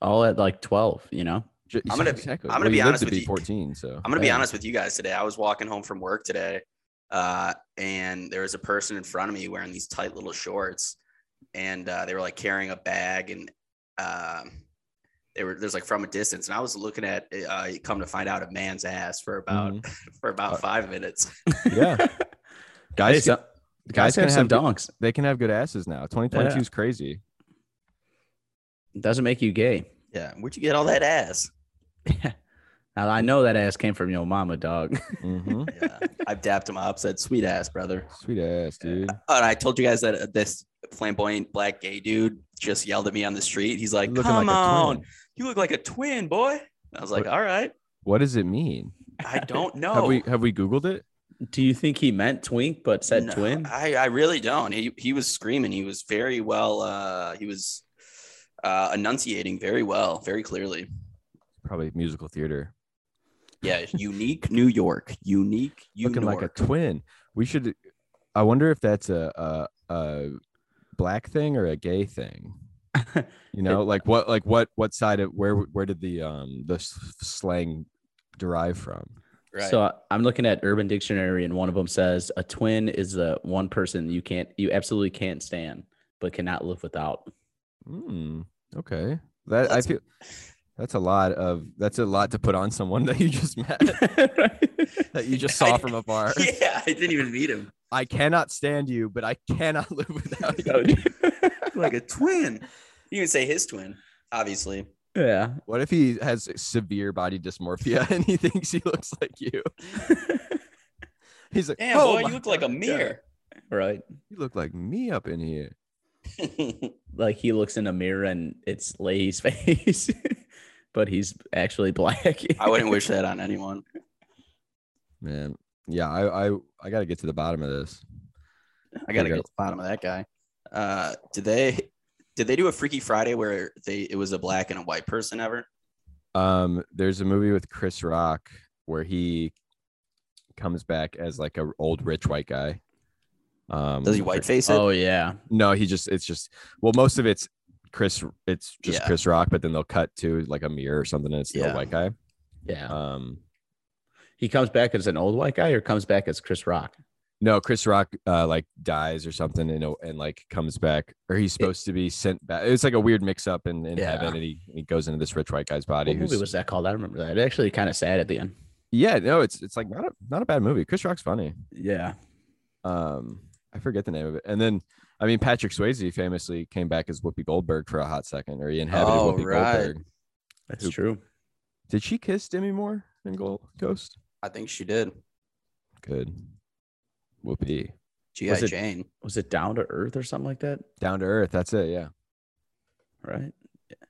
Speaker 6: all at like twelve, you know.
Speaker 5: Ju-
Speaker 2: I'm gonna be-
Speaker 5: exactly.
Speaker 2: I'm gonna
Speaker 5: Well,
Speaker 2: be
Speaker 5: you lived
Speaker 2: honest
Speaker 5: to
Speaker 2: with
Speaker 5: be
Speaker 2: you.
Speaker 5: 14, so
Speaker 2: I'm gonna be
Speaker 5: yeah.
Speaker 2: honest with you guys today. I was walking home from work today, uh, and there was a person in front of me wearing these tight little shorts, and uh, they were like carrying a bag, and um, they were there's like from a distance, and I was looking at. Uh, come to find out, a man's ass for about
Speaker 5: Mhm.
Speaker 2: for about
Speaker 5: Uh,
Speaker 2: five minutes.
Speaker 5: Mm-hmm. Yeah, guys,
Speaker 6: Hey,
Speaker 5: can-
Speaker 6: so-
Speaker 5: guys
Speaker 6: guys
Speaker 5: can
Speaker 6: have some
Speaker 5: have good,
Speaker 6: donks.
Speaker 5: they can have good asses now. 2022 is crazy.
Speaker 6: Doesn't make you gay.
Speaker 2: Yeah, where'd you get all that ass?
Speaker 6: I Now, I know that ass came from your mama, dog.
Speaker 5: hmm
Speaker 2: Yeah. I've dapped him up, said, sweet ass, brother.
Speaker 5: Sweet ass, dude.
Speaker 2: And I told you guys that uh, this flamboyant black gay dude just yelled at me on the street. He's like,
Speaker 5: Looking
Speaker 2: come
Speaker 5: like a
Speaker 2: on.
Speaker 5: twin.
Speaker 2: You look like a twin, boy. I was like,
Speaker 5: What-
Speaker 2: all right.
Speaker 5: What does it mean?
Speaker 2: I don't know.
Speaker 5: Have we have we Googled it?
Speaker 6: Do you think he meant twink but said
Speaker 2: No,
Speaker 6: twin?
Speaker 2: I, I really don't. He, he was screaming. He was very well. Uh, he was uh, enunciating very well, very clearly.
Speaker 5: Probably musical theater.
Speaker 2: Yeah. unique New York. Unique. You
Speaker 5: Looking like a twin. We should. I wonder if that's a a, a black thing or a gay thing. You know, like what like what what side of where where did the um the s- slang derive from?
Speaker 2: Right.
Speaker 6: So uh, I'm looking at Urban Dictionary, and one of them says a twin is the one person you can't, you absolutely can't stand, but cannot live without.
Speaker 5: Mm, okay. That
Speaker 2: That's-
Speaker 5: I feel that's a lot of that's a lot to put on someone that you just met that you just saw
Speaker 2: I-
Speaker 5: from afar.
Speaker 2: yeah. I didn't even meet him.
Speaker 5: I cannot stand you, but I cannot live without you.
Speaker 2: like a twin. You can say his twin, obviously.
Speaker 6: yeah.
Speaker 5: What if he has severe body dysmorphia and he thinks he looks like you? He's like,
Speaker 2: Damn,
Speaker 5: oh
Speaker 2: boy,
Speaker 5: my
Speaker 2: you look like a
Speaker 5: God,
Speaker 2: mirror.
Speaker 6: Right.
Speaker 5: You look like me up in here.
Speaker 6: Like he looks in a mirror and it's Leahy's face, but he's actually black.
Speaker 2: I wouldn't wish that on anyone.
Speaker 5: Man, yeah, I I, I got to get to the bottom of this.
Speaker 2: I gotta
Speaker 5: There you
Speaker 2: get
Speaker 5: go.
Speaker 2: to the bottom of that guy. Uh, did they did they do a Freaky Friday where they it was a black and a white person ever?
Speaker 5: Um, there's a movie with Chris Rock where he comes back as like a old rich white guy. Um,
Speaker 2: Does he whiteface it?
Speaker 6: Oh yeah.
Speaker 5: No, he just it's just well, most of it's Chris. It's just
Speaker 2: Yeah.
Speaker 5: Chris Rock, but then they'll cut to like a mirror or something, and it's the old
Speaker 2: Yeah.
Speaker 5: white guy.
Speaker 6: Yeah.
Speaker 5: Um,
Speaker 6: He comes back as an old white guy or comes back as Chris Rock?
Speaker 5: no, Chris Rock uh, like dies or something, and and like comes back, or he's supposed to be sent back. It's like a weird mix up in, in
Speaker 6: Yeah.
Speaker 5: heaven, and he, he goes into this rich white guy's body.
Speaker 6: What movie
Speaker 5: who's-
Speaker 6: was that called? I remember that. It actually kind of sad at the end.
Speaker 5: yeah, no, it's it's like not a not a bad movie. Chris Rock's funny.
Speaker 6: Yeah.
Speaker 5: um I forget the name of it. And then I mean Patrick Swayze famously came back as Whoopi Goldberg for a hot second, or he inhabited
Speaker 2: Oh,
Speaker 5: Whoopi
Speaker 2: right.
Speaker 5: Goldberg.
Speaker 6: That's
Speaker 5: Who-
Speaker 6: true.
Speaker 5: Did she kiss Demi Moore in Gold Ghost?
Speaker 2: I think she did.
Speaker 5: Good. Whoopi.
Speaker 2: G.I.
Speaker 6: Was it-
Speaker 2: Jane.
Speaker 6: Was it Down to Earth or something like that?
Speaker 5: Down to earth. That's it. Yeah.
Speaker 6: Right. Yeah.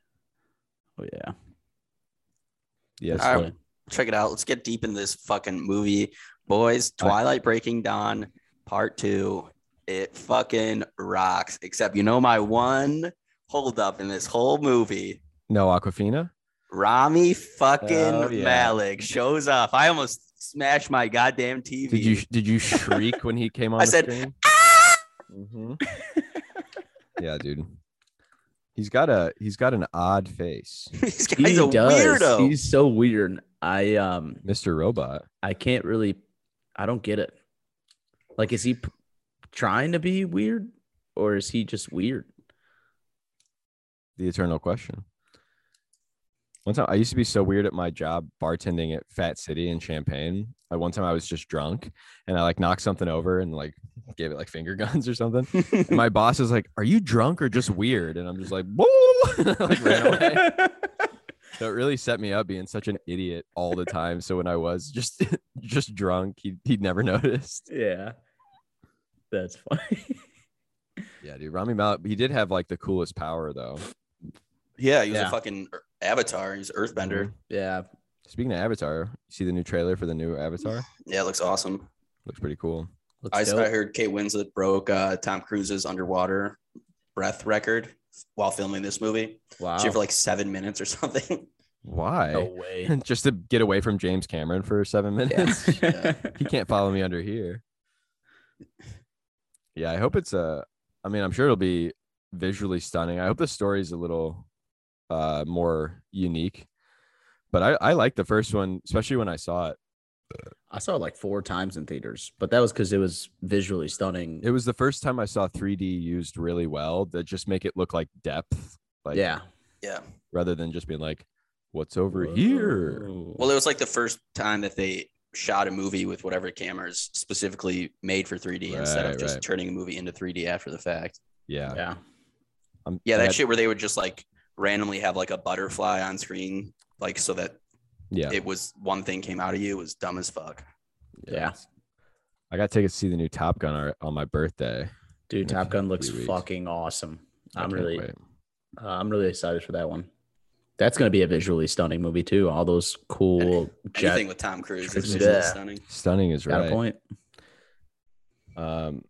Speaker 6: Oh yeah.
Speaker 5: Yes.
Speaker 2: All right.
Speaker 5: what-
Speaker 2: Check it out. Let's get deep in this fucking movie. Boys,
Speaker 5: All right.
Speaker 2: Twilight Breaking Dawn, part two. It fucking rocks. Except you know my one holdup in this whole movie.
Speaker 5: No Aquafina.
Speaker 2: Rami fucking
Speaker 5: Hell yeah.
Speaker 2: Malik shows up. I almost smashed my goddamn TV.
Speaker 5: Did you did you shriek when he came on
Speaker 2: I
Speaker 5: the
Speaker 2: said, "Ah!"
Speaker 5: screen? Mhm. yeah, dude. He's got a he's got an odd face.
Speaker 2: This guy's a weirdo.
Speaker 6: He's so weird. I um
Speaker 5: Mr. Robot.
Speaker 6: I can't really I don't get it. Like is he p- trying to be weird or is he just weird?
Speaker 5: the eternal question. One time, I used to be so weird at my job bartending at Fat City in Champagne. I, one time, I was just drunk and I like knocked something over and like gave it like finger guns or something. And my boss is like, "Are you drunk or just weird?" And I'm just like, "Whoa!" like ran away. So it really set me up being such an idiot all the time. So when I was just just drunk, he he'd never noticed.
Speaker 6: yeah. That's funny.
Speaker 5: Yeah, dude, Rami Malek. He did have like the coolest power though.
Speaker 2: yeah, he was
Speaker 6: Yeah.
Speaker 2: a fucking avatar. He was Earthbender.
Speaker 6: yeah.
Speaker 5: Speaking of Avatar, you see the new trailer for the new Avatar?
Speaker 2: Yeah, it looks awesome.
Speaker 5: Looks pretty cool.
Speaker 2: I,
Speaker 6: Looks
Speaker 2: s-
Speaker 6: dope.
Speaker 2: I heard Kate Winslet broke uh, Tom Cruise's underwater breath record while filming this movie.
Speaker 6: wow.
Speaker 2: She did for like seven minutes or something.
Speaker 5: Why?
Speaker 6: no way.
Speaker 5: just to get away from James Cameron for seven minutes.
Speaker 6: Yeah.
Speaker 5: he can't follow me under here. Yeah, I hope it's a. I mean, I'm sure it'll be visually stunning. I hope the story's a little uh, more unique. But I, I like the first one, especially when I saw it.
Speaker 6: I saw it like four times in theaters, but that was because it was visually stunning.
Speaker 5: It was the first time I saw 3D used really well that just make it look like depth, like
Speaker 6: yeah.
Speaker 2: Yeah.
Speaker 5: rather than just being like, "What's over here?"
Speaker 2: Well, it was like the first time that they shot a movie with whatever cameras specifically made for 3D instead of
Speaker 5: Right,
Speaker 2: just
Speaker 5: right.
Speaker 2: turning a movie into 3D after the fact.
Speaker 5: Yeah,
Speaker 6: yeah.
Speaker 5: I'm,
Speaker 2: Yeah,
Speaker 5: I
Speaker 2: that
Speaker 5: got-
Speaker 2: shit where they would just like randomly have like a butterfly on screen, like so that
Speaker 5: Yeah.
Speaker 2: it was one thing came out of you it was dumb as fuck.
Speaker 6: Yeah.
Speaker 5: I got tickets to see the new Top Gun ar- on my birthday.
Speaker 6: Dude,
Speaker 5: Yeah,
Speaker 6: Top Gun looks
Speaker 5: three weeks.
Speaker 6: fucking awesome.
Speaker 5: I
Speaker 6: I'm
Speaker 5: can't
Speaker 6: really, uh,
Speaker 5: wait.
Speaker 6: I'm really excited for that one. That's gonna be a visually stunning movie too. All those cool jet.
Speaker 2: Anything with Tom Cruise
Speaker 6: Tricks
Speaker 2: is
Speaker 6: it
Speaker 2: visually
Speaker 6: up.
Speaker 2: stunning.
Speaker 5: stunning is
Speaker 6: Got
Speaker 5: right.
Speaker 6: a point.
Speaker 5: Um,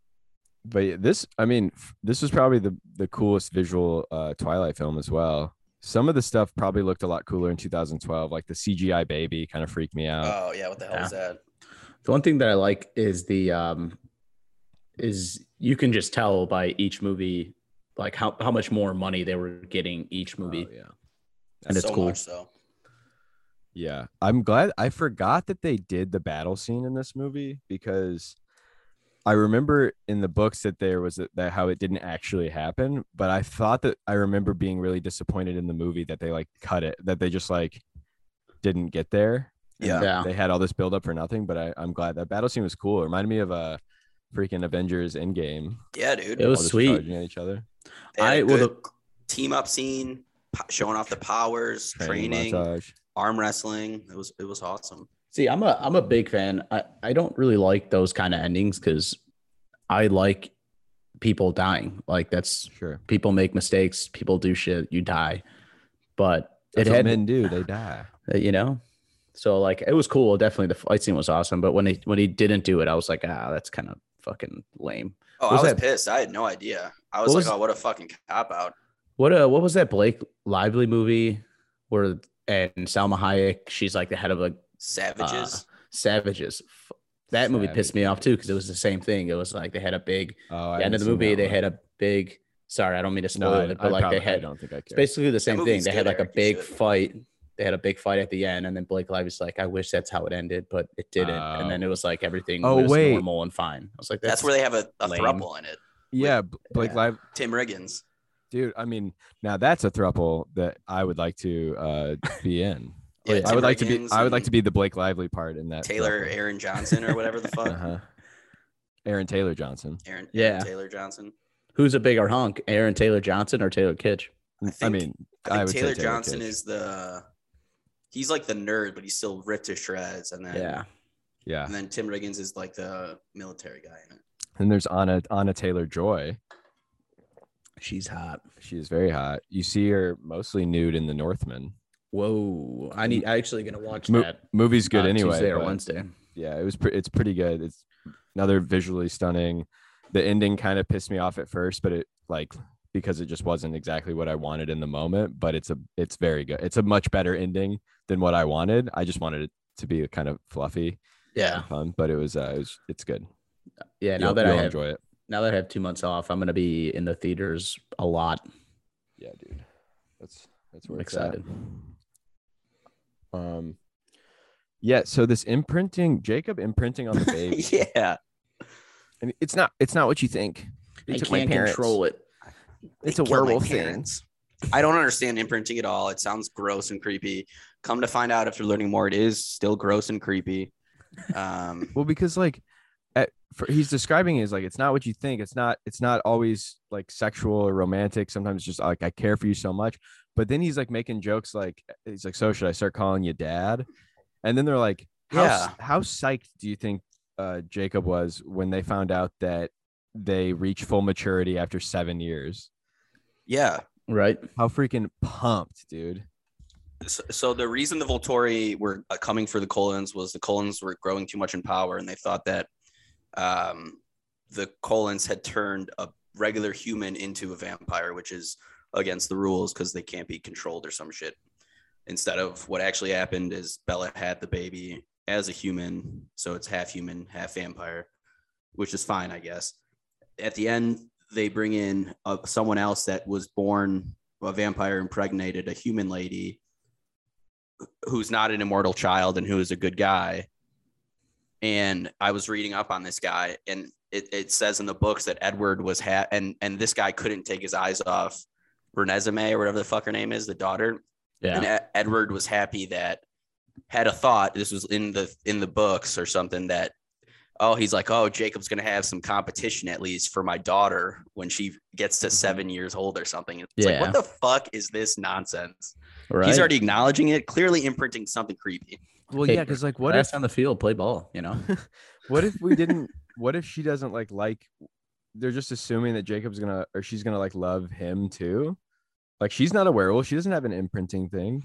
Speaker 5: but yeah, this, I mean, f- this was probably the the coolest visual uh, Twilight film as well. Some of the stuff probably looked a lot cooler in 2012, like the CGI baby kind of freaked me
Speaker 6: Uh,
Speaker 5: out.
Speaker 2: Oh yeah, what the hell
Speaker 6: Yeah.
Speaker 2: is that?
Speaker 6: The one thing that I like is the um is you can just tell by each movie like how, how much more money they were getting each movie.
Speaker 5: Oh, yeah,
Speaker 6: And it's
Speaker 2: so
Speaker 6: cool.
Speaker 2: much so.
Speaker 5: yeah. I'm glad I forgot that they did the battle scene in this movie because I remember in the books that there was a, that how it didn't actually happen, but I thought that I remember being really disappointed in the movie that they like cut it, that they just like didn't get there.
Speaker 2: Yeah.
Speaker 6: Yeah.
Speaker 5: they had all this build up for nothing, but I, I'm glad that battle scene was cool. It reminded me of a freaking Avengers Endgame.
Speaker 2: Yeah, dude.
Speaker 6: It was
Speaker 5: All just
Speaker 6: sweet.
Speaker 5: charging at each other.
Speaker 2: They had a
Speaker 6: I- well,
Speaker 2: good team up scene, po- showing off the powers, training,
Speaker 5: montage.
Speaker 2: arm wrestling. It was it was awesome.
Speaker 6: See, I'm a I'm a big fan. I, I don't really like those kind of endings because I like people dying. Like that's
Speaker 5: Sure.
Speaker 6: people make mistakes, people do shit, you die. But
Speaker 5: That's
Speaker 6: it
Speaker 5: what
Speaker 6: had uh,
Speaker 5: men do. They die.
Speaker 6: you know so like it was cool definitely the fight scene was awesome but when he when he didn't do it i was like ah that's kind of fucking lame
Speaker 2: Oh,
Speaker 6: What was
Speaker 2: I was
Speaker 6: that-
Speaker 2: pissed. I had no idea. I was
Speaker 6: What
Speaker 2: like,
Speaker 6: was-
Speaker 2: oh, what a fucking cop out.
Speaker 6: what uh what was that blake lively movie where and salma hayek she's like the head of a Ah,
Speaker 2: Savages.
Speaker 6: savages F- that movie pissed me off too because it was the same thing it was like they had a big
Speaker 5: Oh,
Speaker 6: the end of the movie they had a big sorry i don't mean to spoil
Speaker 5: no, I-
Speaker 6: it but
Speaker 5: I
Speaker 6: like
Speaker 5: probably-
Speaker 6: they had
Speaker 5: I don't think I
Speaker 6: It's
Speaker 5: care.
Speaker 6: basically the same thing.
Speaker 2: movie's
Speaker 6: They had
Speaker 2: good,
Speaker 6: like a
Speaker 2: Eric. You
Speaker 6: big
Speaker 2: should-
Speaker 6: fight. They had a big fight at the end, and then Blake Lively's like, "I wish that's how it ended, but it didn't."
Speaker 5: Oh.
Speaker 6: and then it was like everything
Speaker 5: Oh,
Speaker 6: was
Speaker 5: wait.
Speaker 6: normal and fine. I was like,
Speaker 2: That's,
Speaker 6: "That's,
Speaker 2: where they have a, a
Speaker 6: lame.
Speaker 2: throuple in it.
Speaker 5: yeah, B- Blake
Speaker 6: yeah.
Speaker 5: Live,
Speaker 2: Tim Riggins.
Speaker 5: dude. I mean, now that's a throuple that I would like to uh, be in.
Speaker 2: Yeah,
Speaker 5: Like, I
Speaker 2: Tim
Speaker 5: would like to be.
Speaker 2: Riggins
Speaker 5: I would like to
Speaker 2: and
Speaker 5: be the Blake Lively part in that.
Speaker 2: Taylor Aaron Johnson or whatever the fuck.
Speaker 5: Uh huh. Aaron Taylor Johnson.
Speaker 2: Aaron, Aaron
Speaker 6: Yeah.
Speaker 2: Taylor Johnson.
Speaker 6: who's a bigger hunk, Aaron Taylor Johnson or Taylor Kitsch?"
Speaker 5: I,
Speaker 2: think-
Speaker 5: mean,
Speaker 2: I think
Speaker 5: would say
Speaker 2: Taylor, Johnson
Speaker 5: Kitsch.
Speaker 2: is the he's like the nerd, but he's still ripped to shreds. And then
Speaker 6: Yeah,
Speaker 5: Yeah.
Speaker 2: and then Tim Riggins is like the military guy in it.
Speaker 5: Then there's Anna Anna Taylor Joy.
Speaker 6: she's hot.
Speaker 5: She is very hot. You see her mostly nude in The Northman.
Speaker 6: Whoa, I need. I actually gonna watch
Speaker 5: Mo-
Speaker 6: that.
Speaker 5: Movie's good
Speaker 6: uh,
Speaker 5: anyway.
Speaker 6: Tuesday or
Speaker 5: but
Speaker 6: Wednesday.
Speaker 5: Yeah, it was. Pre- it's pretty good. It's another visually stunning. The ending kind of pissed me off at first, but it like because it just wasn't exactly what I wanted in the moment. But it's a it's very good. It's a much better ending than what I wanted. I just wanted it to be kind of fluffy,
Speaker 6: Yeah,
Speaker 5: and fun, but it was uh, it was it's good.
Speaker 6: yeah. Now
Speaker 5: You'll-
Speaker 6: that I
Speaker 5: you'll
Speaker 6: have
Speaker 5: enjoy it.
Speaker 6: now that I have two months off, I'm gonna be in the theaters a lot.
Speaker 5: Yeah, dude. That's that's
Speaker 6: I'm
Speaker 5: where it's
Speaker 6: excited.
Speaker 5: At. Um yeah, so this imprinting, Jacob imprinting on the baby.
Speaker 2: yeah.
Speaker 5: I mean, it's not it's not what you think. They
Speaker 6: I
Speaker 5: took my
Speaker 6: can't
Speaker 5: parents.
Speaker 6: control it.
Speaker 5: It's
Speaker 2: They
Speaker 5: a
Speaker 2: killed my
Speaker 5: werewolf thing.
Speaker 2: parents. I don't understand imprinting at all. It sounds gross and creepy. Come to find out after learning more, it is still gross and creepy. Um,
Speaker 5: Well, because like at, for, he's describing it as like it's not what you think. It's not it's not always like sexual or romantic. Sometimes it's just like I care for you so much. But then he's like making jokes like he's like, so should I start calling you dad? And then they're like, how, s- how psyched do you think uh, Jacob was when they found out that they reach full maturity after seven years?
Speaker 2: yeah.
Speaker 6: Right?
Speaker 5: How freaking pumped, dude!
Speaker 2: So, so the reason the Volturi were uh, coming for the colons was the colons were growing too much in power, and they thought that um, the colons had turned a regular human into a vampire, which is against the rules because they can't be controlled or some shit. Instead of what actually happened is Bella had the baby as a human, so it's half human, half vampire, which is fine, I guess. At the end, they bring in uh, someone else that was born a vampire impregnated a human lady who's not an immortal child and who is a good guy. And I was reading up on this guy, and it, it says in the books that Edward was ha- and and this guy couldn't take his eyes off Renesmee or whatever the fuck her name is, the daughter.
Speaker 6: Yeah.
Speaker 2: And E- Edward was happy that had a thought. This was in the in the books or something that oh, he's like, oh, Jacob's gonna have some competition at least for my daughter when she gets to seven years old or something. It's like,
Speaker 6: Mm-hmm. Yeah.
Speaker 2: what the fuck is this nonsense?
Speaker 6: Right.
Speaker 2: He's already acknowledging it, clearly imprinting something creepy.
Speaker 5: Well,
Speaker 6: Hey,
Speaker 5: yeah, because like, what
Speaker 6: what
Speaker 5: if
Speaker 6: on the field, play ball, you know?
Speaker 5: what if we didn't? What if she doesn't like like? They're just assuming that Jacob's gonna or she's gonna like love him too. Like she's not a werewolf. She doesn't have an imprinting thing.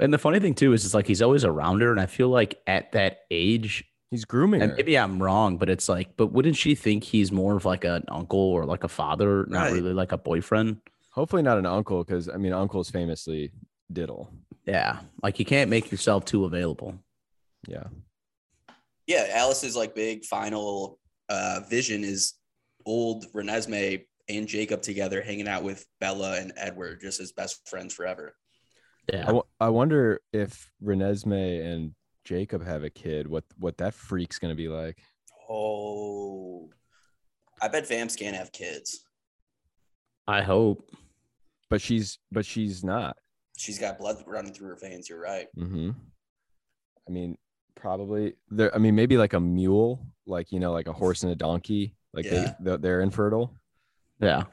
Speaker 6: And the funny thing too is it's like he's always around her. And I feel like at that age,
Speaker 5: He's grooming
Speaker 6: and
Speaker 5: her.
Speaker 6: maybe I'm wrong, but it's like, but wouldn't she think he's more of like an uncle or like a father, not
Speaker 2: Right.
Speaker 6: really like a boyfriend?
Speaker 5: Hopefully not an uncle, because I mean, uncles famously diddle.
Speaker 6: Yeah. Like you can't make yourself too available.
Speaker 5: Yeah.
Speaker 2: Yeah, Alice's like big final uh, vision is old Renesmee and Jacob together hanging out with Bella and Edward, just as best friends forever.
Speaker 5: I,
Speaker 6: Yeah.
Speaker 5: w- I wonder if Renesmee and Jacob have a kid. What what that freak's gonna be like?
Speaker 2: Oh, I bet Vamps can't have kids.
Speaker 6: I hope.
Speaker 5: But she's but she's not.
Speaker 2: She's got blood running through her veins. You're right.
Speaker 5: Mm-hmm. I mean, probably there. I mean, maybe like a mule, like you know, like a horse and a donkey. Like
Speaker 2: Yeah.
Speaker 5: they they they're infertile.
Speaker 6: Yeah.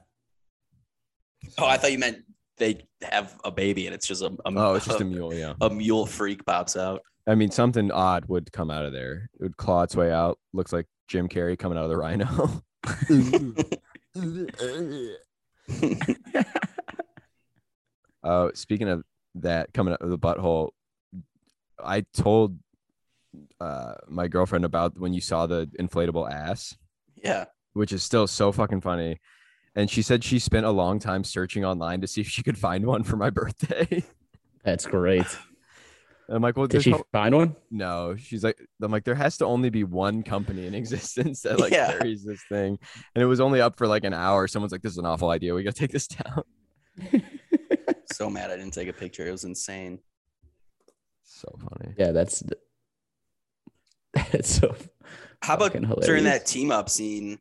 Speaker 2: Oh, I thought you meant they have a baby and it's just a, a
Speaker 5: Oh, it's just a mule. Yeah.
Speaker 2: a mule freak pops out.
Speaker 5: I mean, something odd would come out of there. It would claw its way out. Looks like Jim Carrey coming out of the rhino. Uh, speaking of that coming out of the butthole, I told uh my girlfriend about when you saw the inflatable ass,
Speaker 2: yeah.
Speaker 5: which is still so fucking funny. And she said she spent a long time searching online to see if she could find one for my birthday.
Speaker 6: That's great.
Speaker 5: I'm like, well,
Speaker 6: Did
Speaker 5: there's
Speaker 6: she
Speaker 5: no-
Speaker 6: find one?
Speaker 5: no. She's like, I'm like, there has to only be one company in existence that like
Speaker 2: Yeah.
Speaker 5: carries this thing. And it was only up for like an hour. Someone's like, this is an awful idea. We gotta take this down.
Speaker 2: So mad I didn't take a picture. It was insane.
Speaker 5: So funny.
Speaker 6: Yeah, that's that's so
Speaker 2: How about
Speaker 6: Fucking
Speaker 2: during
Speaker 6: hilarious.
Speaker 2: that team up scene,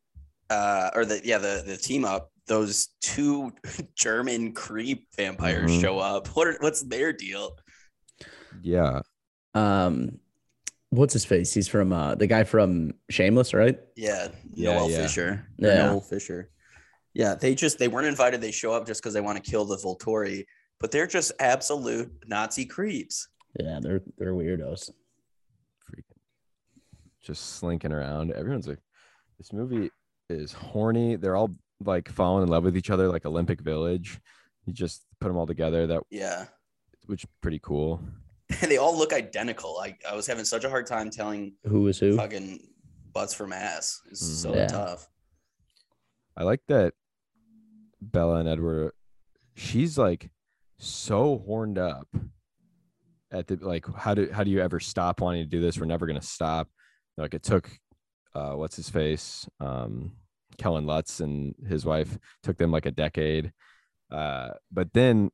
Speaker 2: uh, or the yeah the the team up? Those two German creep vampires
Speaker 6: Mm-hmm.
Speaker 5: Mhm.
Speaker 2: show up. What are, what's their deal?
Speaker 5: Yeah.
Speaker 6: um what's his face? He's from uh the guy from Shameless, right?
Speaker 2: Yeah,
Speaker 5: Yeah,
Speaker 2: Noel
Speaker 5: yeah.
Speaker 2: Fisher.
Speaker 6: Yeah.
Speaker 2: Noel Fisher. Yeah, they just they weren't invited. They show up just because they want to kill the Volturi, but they're just absolute Nazi creeps.
Speaker 6: Yeah, they're they're weirdos.
Speaker 5: freaking just slinking around. Everyone's like, this movie is horny. They're all like falling in love with each other, like Olympic Village. You just put them all together, that
Speaker 2: Yeah,
Speaker 5: which is pretty cool.
Speaker 2: and they all look identical. I I was having such a hard time telling
Speaker 6: Who is who?
Speaker 2: fucking butts from ass. It's
Speaker 5: Mhm.
Speaker 2: so
Speaker 6: Mm-hmm. Yeah.
Speaker 2: tough.
Speaker 5: I like that Bella and Edward. She's like so horned up at the like. How do how do you ever stop wanting to do this? We're never gonna stop. Like it took, uh, what's his face, um, Kellen Lutz and his wife took them like a decade. Uh, but then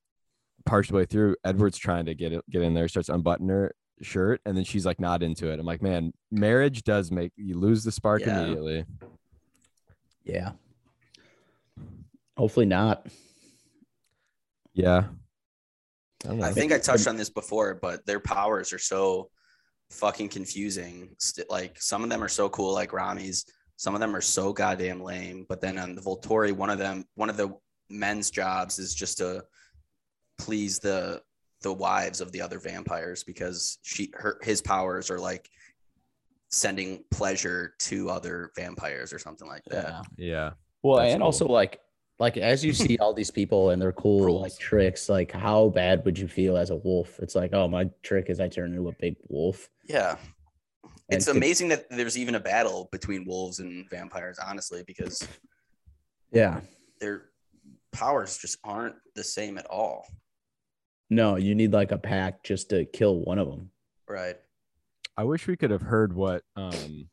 Speaker 5: partially way through, Edward's trying to get it, get in there, starts unbuttoning her shirt, and then she's like not into it. I'm like, man, marriage does make you lose the spark
Speaker 2: Yeah.
Speaker 5: immediately.
Speaker 6: Yeah. Hopefully not.
Speaker 5: Yeah. I, don't know.
Speaker 2: I think I touched on this before, but their powers are so fucking confusing. St- Like some of them are so cool, like Rami's. Some of them are so goddamn lame. But then on the Volturi, one of them, one of the men's jobs is just to please the the wives of the other vampires because she her his powers are like sending pleasure to other vampires or something like that.
Speaker 5: Yeah.
Speaker 6: Well,
Speaker 5: That's
Speaker 6: and
Speaker 5: cool.
Speaker 6: also like like as you see all these people and their cool like
Speaker 2: Rules.
Speaker 6: tricks, like how bad would you feel as a wolf? It's like, oh, my trick is I turn into a big wolf.
Speaker 2: Yeah.
Speaker 6: And
Speaker 2: It's
Speaker 6: could-
Speaker 2: amazing that there's even a battle between wolves and vampires, honestly, because
Speaker 6: Yeah.
Speaker 2: their powers just aren't the same at all.
Speaker 6: No, you need like a pack just to kill one of them.
Speaker 2: Right.
Speaker 5: I wish we could have heard what um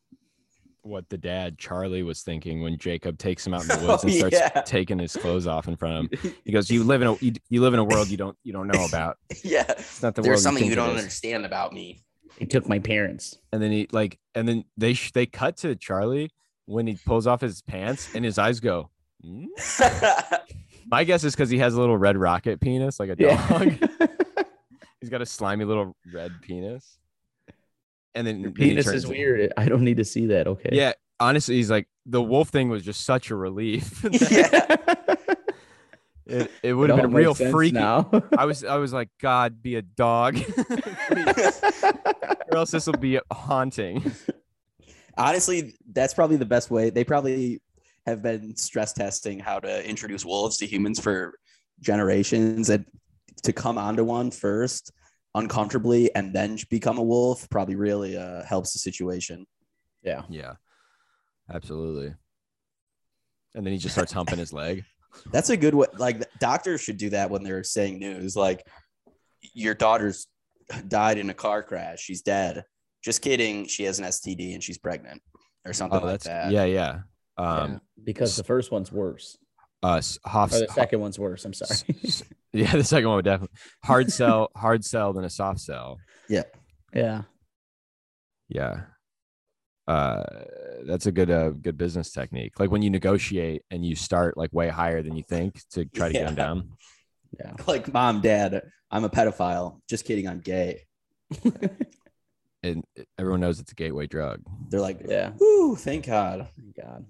Speaker 5: what the dad Charlie was thinking when Jacob takes him out in the woods
Speaker 2: Oh,
Speaker 5: and starts
Speaker 2: yeah.
Speaker 5: taking his clothes off in front of him. He goes, "You live in a you, you live in a world you don't you don't know about.
Speaker 2: Yeah.
Speaker 5: It's not the world
Speaker 2: There's something
Speaker 5: think
Speaker 2: you
Speaker 5: it
Speaker 2: don't
Speaker 5: is."
Speaker 2: understand about me.
Speaker 6: He took my parents.
Speaker 5: And then he like and then they sh- they cut to Charlie when he pulls off his pants and his eyes go. "Hmm?" My guess is because he has a little red rocket penis like a dog. He's got a slimy little red penis. and then,
Speaker 6: Your
Speaker 5: then he
Speaker 6: penis
Speaker 5: turns
Speaker 6: is
Speaker 5: it.
Speaker 6: weird. I don't need to see that. Okay.
Speaker 5: Yeah, honestly, he's like the wolf thing was just such a relief. it, it would have been real freaky.
Speaker 6: now.
Speaker 5: I was I was like, God, be a dog, or else this will be haunting.
Speaker 2: Honestly,
Speaker 7: That's probably the best way. They probably
Speaker 2: have been stress testing how to introduce wolves to humans for generations and
Speaker 7: to come onto one first uncomfortably and then become a wolf probably really uh, helps the situation.
Speaker 6: yeah.
Speaker 5: Yeah, absolutely. And then he just starts humping his leg.
Speaker 7: That's a good way. Like
Speaker 2: like doctors should do that when they're saying news like your daughter's died in a car crash she's dead just kidding she has an std and she's pregnant or something
Speaker 5: Oh,
Speaker 2: like
Speaker 5: that's
Speaker 2: that
Speaker 5: yeah, yeah. Um,
Speaker 6: Yeah. Because the first one's worse.
Speaker 5: uh, s- Hoff's,
Speaker 6: Or the second one's worse. I'm sorry.
Speaker 5: S- Yeah, the second one would definitely hard sell, hard sell than a soft sell.
Speaker 6: yeah.
Speaker 5: Yeah. Uh that's a good uh good business technique. Like when you negotiate and you start like way higher than you think to try to get them
Speaker 7: Yeah.
Speaker 5: down.
Speaker 6: Yeah.
Speaker 7: like mom, dad, I'm a pedophile. Just kidding, I'm gay.
Speaker 5: And it- everyone knows it's a gateway drug.
Speaker 7: They're like,
Speaker 6: Yeah.
Speaker 7: Ooh, thank God.
Speaker 6: Thank God.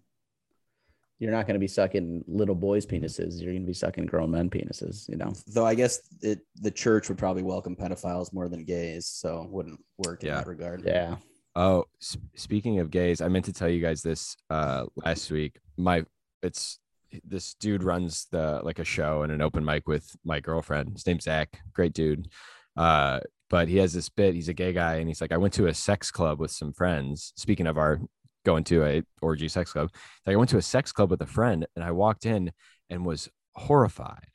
Speaker 6: You're not going to be sucking little boys' penises. You're going to be sucking grown men penises, you know?
Speaker 7: Though I guess it, the church would probably welcome pedophiles more than gays, so it wouldn't work in
Speaker 5: Yeah.
Speaker 7: that regard.
Speaker 6: Yeah.
Speaker 5: Oh, s- speaking of gays, I meant to tell you guys this uh last week. My it's this dude runs the like a show and an open mic with my girlfriend. His name's Zach, great dude. Uh, but he has this bit. He's a gay guy, and he's like, I went to a sex club with some friends. Speaking of our going to a orgy sex club, like I went to a sex club with a friend, and I walked in and was horrified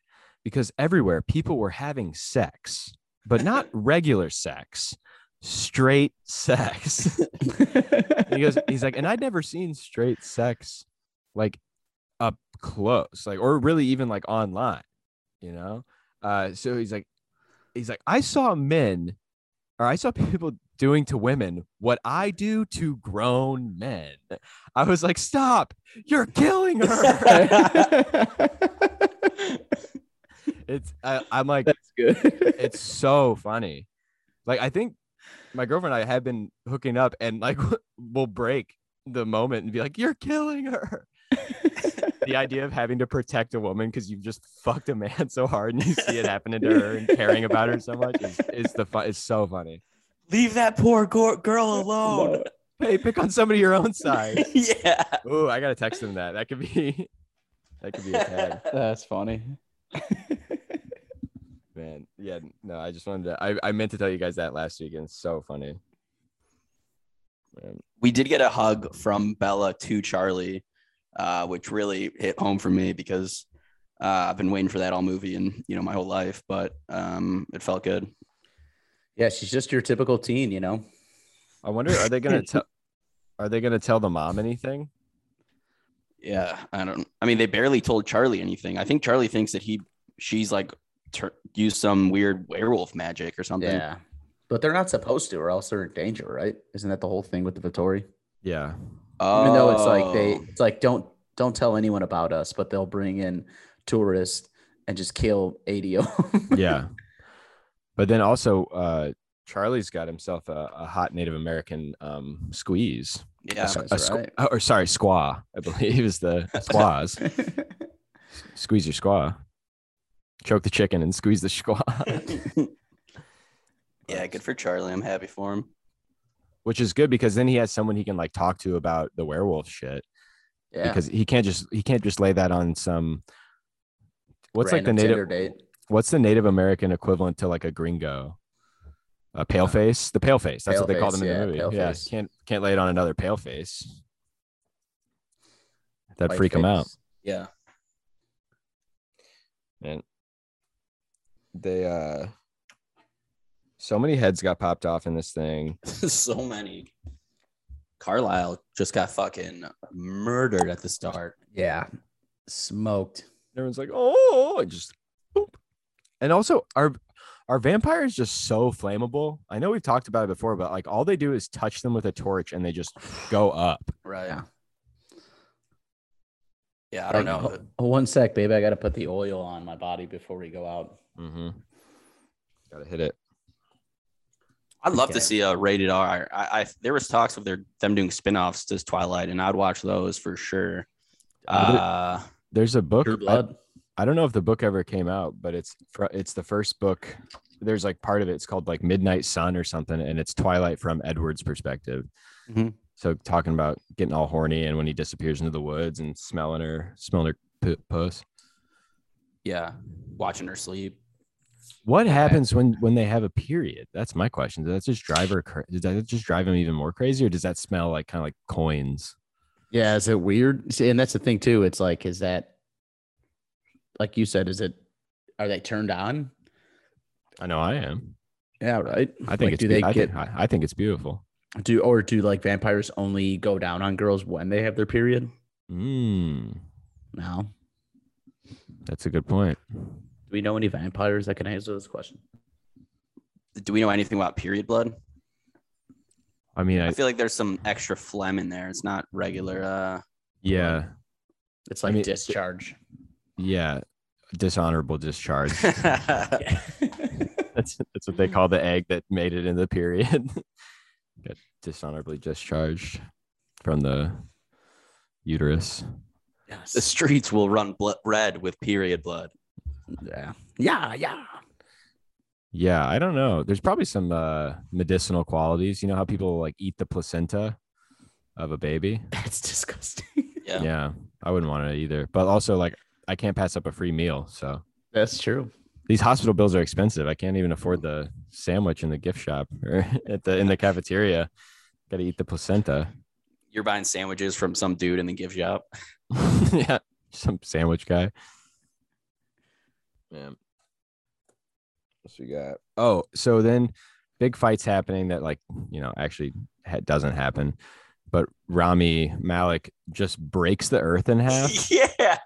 Speaker 5: because everywhere people were having sex, but not regular sex, straight sex. And he goes, he's like, and I'd never seen straight sex like up close, like, or really even like online, you know? Uh, so he's like, he's like, I saw men or I saw people doing to women what I do to grown men. I was like, stop, you're killing her. it's, I, I'm like,
Speaker 6: That's good.
Speaker 5: it's so funny. Like I think my girlfriend and I have been hooking up and like we'll break the moment and be like, You're killing her. the idea of having to protect a woman because you've just fucked a man so hard and you see it happening to her and caring about her so much is, is the fun it's so funny.
Speaker 7: Leave that poor gor- girl alone.
Speaker 5: Hey, pick on somebody your own size.
Speaker 7: yeah.
Speaker 5: Ooh, I gotta text him that. That could be that could be a tag.
Speaker 6: That's funny.
Speaker 5: Man. Yeah, no, I just wanted to I, I meant to tell you guys that last week and it's so funny. Man.
Speaker 2: we did get a hug from Bella to Charlie, uh, which really hit home for me because uh, I've been waiting for that all movie and you know my whole life, but um, it felt good.
Speaker 6: Yeah, she's just your typical teen, you know?
Speaker 5: I wonder are they gonna tell are they gonna tell the mom anything?
Speaker 2: Yeah, I don't. I mean, they barely told Charlie anything. I think Charlie thinks that he she's like tur used some weird werewolf magic or something.
Speaker 6: Yeah. But they're not supposed to, or else they're in danger, right? Isn't that the whole thing with the Vittori?
Speaker 5: Yeah.
Speaker 2: Oh.
Speaker 6: Even though it's like they, it's like don't don't tell anyone about us, but they'll bring in tourists and just kill eighty of 'em.
Speaker 5: Yeah. but then also uh Charlie's got himself a, a hot Native American um squeeze. A
Speaker 2: yeah.
Speaker 5: squ-
Speaker 6: Sounds
Speaker 5: a squ-
Speaker 6: right.
Speaker 5: oh, or sorry, squaw, I believe is the squaws. squeeze your squaw. Choke the chicken and squeeze the squaw.
Speaker 2: Yeah, good for Charlie. I'm happy for him.
Speaker 5: Which is good because then he has someone he can like talk to about the werewolf shit.
Speaker 6: yeah.
Speaker 5: Because he can't just he can't just lay that on some what's
Speaker 6: Random
Speaker 5: like the
Speaker 6: Tinder
Speaker 5: native
Speaker 6: date?
Speaker 5: what's the Native American equivalent to like a gringo? A pale face? The Uh, pale face. That's what they called
Speaker 6: Paleface,
Speaker 5: him in
Speaker 6: yeah,
Speaker 5: the movie. Yeah.
Speaker 6: paleface.
Speaker 5: Can't can't lay it on another pale face. That'd
Speaker 6: White
Speaker 5: freak him out.
Speaker 6: face.
Speaker 7: Yeah.
Speaker 5: They uh so many heads got popped off in this thing.
Speaker 7: so many. Carlisle just got fucking murdered at the start.
Speaker 6: Yeah, smoked.
Speaker 5: Everyone's like, oh, and just boop. And also our our vampire is just so flammable. I know we've talked about it before, but like all they do is touch them with a torch and they just go up.
Speaker 2: Right.
Speaker 6: Yeah.
Speaker 2: Yeah, I don't
Speaker 6: Like,
Speaker 2: know.
Speaker 6: ho- ho- one sec, baby. I gotta put the oil on my body before we go out.
Speaker 5: Mm-hmm. Gotta hit it.
Speaker 2: I I'd love to
Speaker 6: Okay.
Speaker 2: see a rated R. I, I there was talks of their them doing spin-offs to Twilight, and I'd watch those for sure.
Speaker 5: Uh,
Speaker 2: Uh,
Speaker 5: There's a book.
Speaker 6: True
Speaker 5: I-
Speaker 6: Blood.
Speaker 5: I don't know if the book ever came out, but it's fr- it's the first book. There's like part of it. It's called like Midnight Sun or something, and it's Twilight from Edward's perspective.
Speaker 6: Mm-hmm.
Speaker 2: Mhm.
Speaker 5: So talking about getting all horny and when he disappears into the woods and smelling her, smelling her p- puss.
Speaker 2: yeah, watching her sleep.
Speaker 5: What happens when when they have a period? That's my question. Does that just drive her? Cra- does that just drive him even more crazy, or does that smell like kind of like coins?
Speaker 6: Yeah, is it weird? See, and that's the thing too. It's like, is that like you said, is it are they turned on?
Speaker 5: I know I am.
Speaker 6: Yeah, right.
Speaker 5: I think
Speaker 6: like,
Speaker 5: it's
Speaker 6: do they
Speaker 5: I
Speaker 6: get
Speaker 5: think, I, I think it's beautiful.
Speaker 6: do or do like vampires only go down on girls when they have their period?
Speaker 5: Mm,
Speaker 6: No. Do
Speaker 5: that's a good point.
Speaker 6: we know any vampires that can answer this question?
Speaker 2: Do we know anything about period blood?
Speaker 5: I mean, I,
Speaker 2: I feel like there's some extra phlegm in there. It's not regular. Uh,
Speaker 5: yeah.
Speaker 6: It's
Speaker 5: I
Speaker 6: like
Speaker 5: mean, it's-
Speaker 6: discharge.
Speaker 5: Yeah, dishonorable discharge.
Speaker 6: Yeah.
Speaker 5: that's that's what they call the egg that made it in the period. Got dishonorably discharged from the uterus.
Speaker 2: the
Speaker 6: yes.
Speaker 2: streets will run blood red with period blood.
Speaker 6: Yeah. Yeah. Yeah.
Speaker 5: Yeah, I don't know. There's probably some uh, medicinal qualities. You know how people like eat the placenta of a baby.
Speaker 6: That's disgusting.
Speaker 2: Yeah.
Speaker 5: yeah I wouldn't want it either. But also, like, I can't pass up a free meal. So
Speaker 6: That's true.
Speaker 5: these hospital bills are expensive. I can't even afford the sandwich in the gift shop or at the in the cafeteria. Got to eat the placenta.
Speaker 2: You're buying sandwiches from some dude in the gift shop.
Speaker 5: yeah, some sandwich guy. Man, what's we got? Oh, so then big fights happening that like you know actually ha- doesn't happen, but Rami Malik just breaks the earth in half.
Speaker 2: yeah.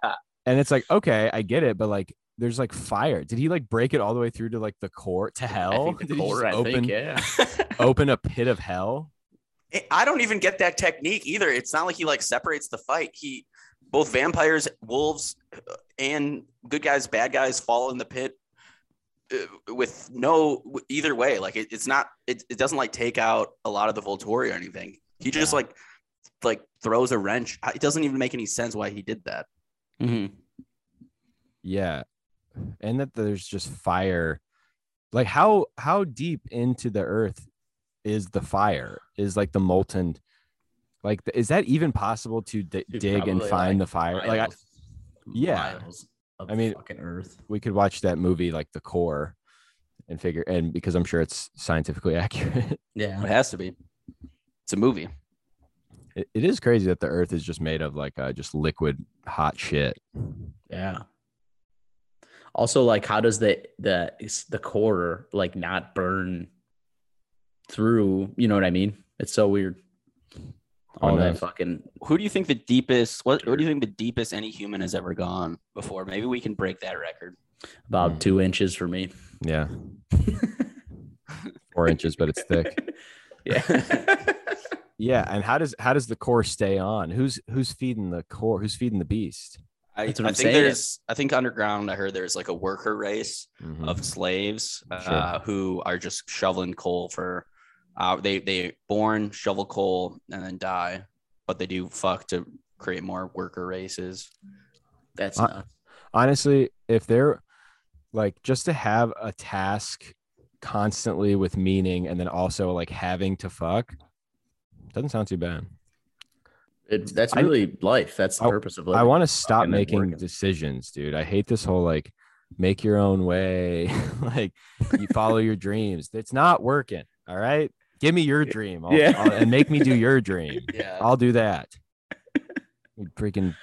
Speaker 5: And it's like, okay, I get it, but like, there's like fire. Did he like break it all the way through to like the core to hell? Did he just open
Speaker 6: yeah.
Speaker 5: open a pit of hell?
Speaker 2: It- I don't even get that technique either. It's not like he like separates the fight. He both vampires, wolves, uh, and good guys, bad guys fall in the pit uh, with no w- either way. Like it, it's not. It, it doesn't like take out a lot of the Volturi or anything. He just like like throws a wrench. I- It doesn't even make any sense why he did that.
Speaker 5: Yeah, and that there's just fire. Like how how deep into the earth is the fire? Is like the molten? Like th- is that even possible to d-
Speaker 6: Dude,
Speaker 5: dig and
Speaker 6: probably,
Speaker 5: find
Speaker 6: like,
Speaker 5: the fire? Like I,
Speaker 6: Miles-
Speaker 5: yeah.
Speaker 6: miles of
Speaker 5: I mean-
Speaker 6: fucking Earth.
Speaker 5: we could watch that movie like the core, and figure and because I'm sure it's scientifically accurate.
Speaker 6: Yeah.
Speaker 2: It has to be. It's a movie.
Speaker 5: It, it is crazy that the earth is just made of like uh, just liquid hot shit.
Speaker 6: Yeah. Also, like, how does the the it's the core like not burn through? You know what I mean? It's so weird.
Speaker 5: Oh,
Speaker 6: All
Speaker 5: no.
Speaker 6: that fucking
Speaker 2: Who do you think the deepest? What, what do you think the deepest any human has ever gone before? Maybe we can break that record.
Speaker 6: about
Speaker 5: Mm.
Speaker 6: two inches for me.
Speaker 5: Yeah. Four inches, but it's thick.
Speaker 6: Yeah.
Speaker 5: Yeah. And how does how does the core stay on? Who's who's feeding the core? Who's feeding the beast?
Speaker 2: I,
Speaker 6: That's what
Speaker 2: I
Speaker 6: I'm
Speaker 2: think
Speaker 6: saying.
Speaker 2: there's I think underground I heard there's like a worker race
Speaker 5: Mhm.
Speaker 6: Mm-hmm.
Speaker 2: of slaves uh, who are just shoveling coal for uh, they they born shovel coal and then die but they do fuck to create more worker races.
Speaker 6: That's
Speaker 5: Uh,
Speaker 6: nuts.
Speaker 5: Honestly, if they're like just to have a task constantly with meaning and then also like having to fuck doesn't sound too bad.
Speaker 6: It, that's
Speaker 5: I-
Speaker 6: really life. That's the
Speaker 5: I-
Speaker 6: purpose of life.
Speaker 5: I want to stop
Speaker 6: fucking and
Speaker 5: making
Speaker 6: working.
Speaker 5: decisions, dude. I hate this whole like make your own way, like you follow your dreams. It's not working. All right. Give me your dream I'll-
Speaker 6: Yeah.
Speaker 5: I'll- and make me do your dream.
Speaker 2: Yeah.
Speaker 5: I'll do that. We freaking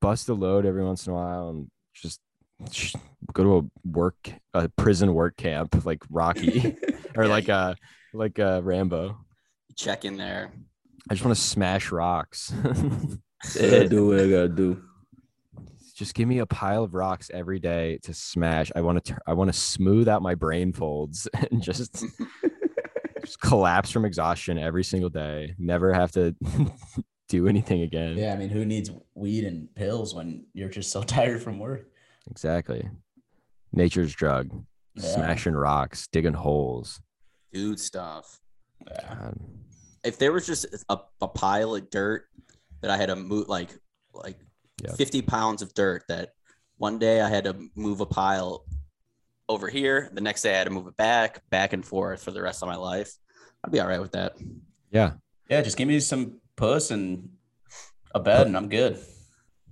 Speaker 5: bust a load every once in a while and just sh- go to a work, a prison work camp like Rocky or
Speaker 2: Yeah,
Speaker 5: like a like a Rambo.
Speaker 2: Check in there.
Speaker 5: I just want to smash rocks.
Speaker 6: Gotta do what I gotta do.
Speaker 5: just give me a pile of rocks every day to smash. I want to. Tur- I want to smooth out my brain folds and just just collapse from exhaustion every single day. Never have to do anything again.
Speaker 6: Yeah, I mean, who needs weed and pills when you're just so tired from work?
Speaker 5: exactly. Nature's drug.
Speaker 6: Yeah.
Speaker 5: Smashing rocks, digging holes. um,
Speaker 2: dude stuff.
Speaker 5: God.
Speaker 2: If there was just a, a pile of dirt that I had to move, like like
Speaker 5: Yeah.
Speaker 2: fifty pounds of dirt, that one day I had to move a pile over here, the next day I had to move it back, back and forth for the rest of my life. I'd be all right with that.
Speaker 5: Yeah.
Speaker 8: Yeah, just give me some puss and a bed, and I'm good.
Speaker 5: A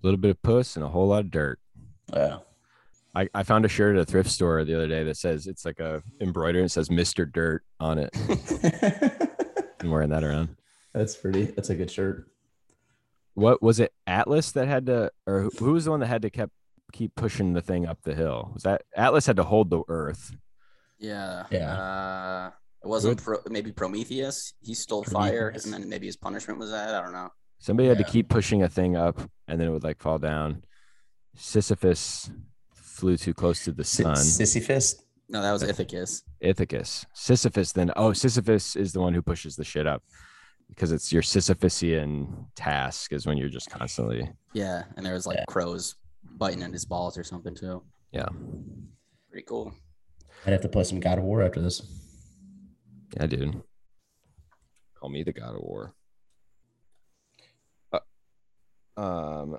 Speaker 5: little bit of puss and a whole lot of dirt.
Speaker 8: Yeah.
Speaker 5: I, I found a shirt at a thrift store the other day that says it's like a embroidered and it says Mr. Dirt on it. I'm wearing that around.
Speaker 6: That's pretty. That's a good shirt.
Speaker 5: What was it Atlas that had to or who- who was the one that had to kept keep pushing the thing up the hill? Was that Atlas had to hold the earth?
Speaker 2: Yeah.
Speaker 6: Yeah.
Speaker 2: Uh, it wasn't Pro, maybe Prometheus. He stole fire, and then maybe his punishment was that. I don't know.
Speaker 5: Somebody had to keep pushing a thing up and then it would like fall down. Sisyphus flew too close to the sun.
Speaker 8: Sissy fist.
Speaker 2: No, that was Ithacus.
Speaker 5: Ithacus. Sisyphus then oh Sisyphus is the one who pushes the shit up because it's your Sisyphusian task is when you're just constantly
Speaker 2: Yeah, and there was like
Speaker 6: Yeah.
Speaker 2: crows biting at his balls or something too.
Speaker 5: yeah.
Speaker 2: Pretty cool.
Speaker 6: I'd have to play some God of War after this.
Speaker 5: Yeah, dude. Call me the God of War. Uh, um,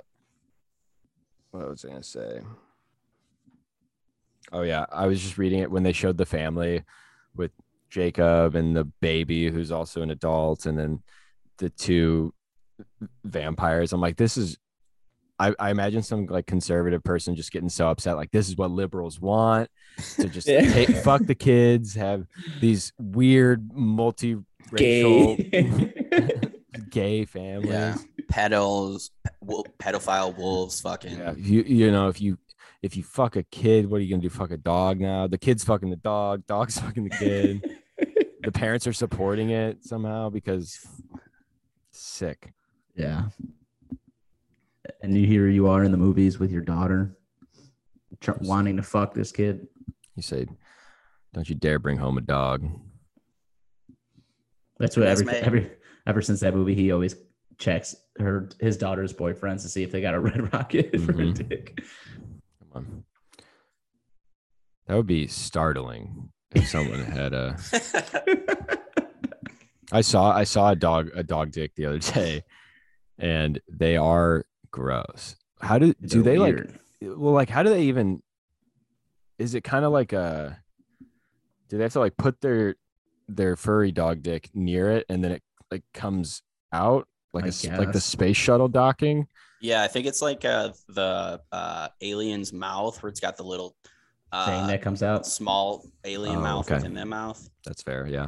Speaker 5: what was I gonna say? Oh yeah, I was just reading it when they showed the family with Jacob and the baby, who's also an adult, and then the two vampires. I'm like, this is. I, I imagine some like conservative person just getting so upset, like this is what liberals want to just
Speaker 6: Yeah.
Speaker 5: take, fuck the kids, have these weird multi-racial gay, families.
Speaker 2: Yeah. Pedos, pe- wo- pedophile wolves, fucking.
Speaker 5: Yeah, if you you know if you if you fuck a kid, what are you gonna do? Fuck a dog now? The kid's fucking the dog. Dog's fucking the kid. the parents are supporting it somehow because sick.
Speaker 6: Yeah. And you here you are in the movies with your daughter, tr- wanting to fuck this kid.
Speaker 5: You say, don't you dare bring home a dog.
Speaker 6: That's what
Speaker 9: That's
Speaker 6: every,
Speaker 9: my-
Speaker 6: every ever since that movie he always checks her his daughter's boyfriends to see if they got a red rocket for a
Speaker 5: Mhm.
Speaker 6: dick.
Speaker 5: Come on. That would be startling if someone had a. I saw I saw a dog a dog dick the other day, and they are gross. How do do they like? well like how do they even is it kind of like a do they have to like put their their furry dog dick near it and then it like comes out like
Speaker 6: I
Speaker 5: a s- like the
Speaker 6: guess.
Speaker 5: space shuttle docking
Speaker 2: Yeah, I think it's like uh, the uh, alien's mouth where it's got the little
Speaker 6: thing
Speaker 2: uh,
Speaker 6: that comes out?
Speaker 2: small alien
Speaker 5: Oh,
Speaker 2: mouth
Speaker 5: okay.
Speaker 2: within their mouth,
Speaker 5: that's fair yeah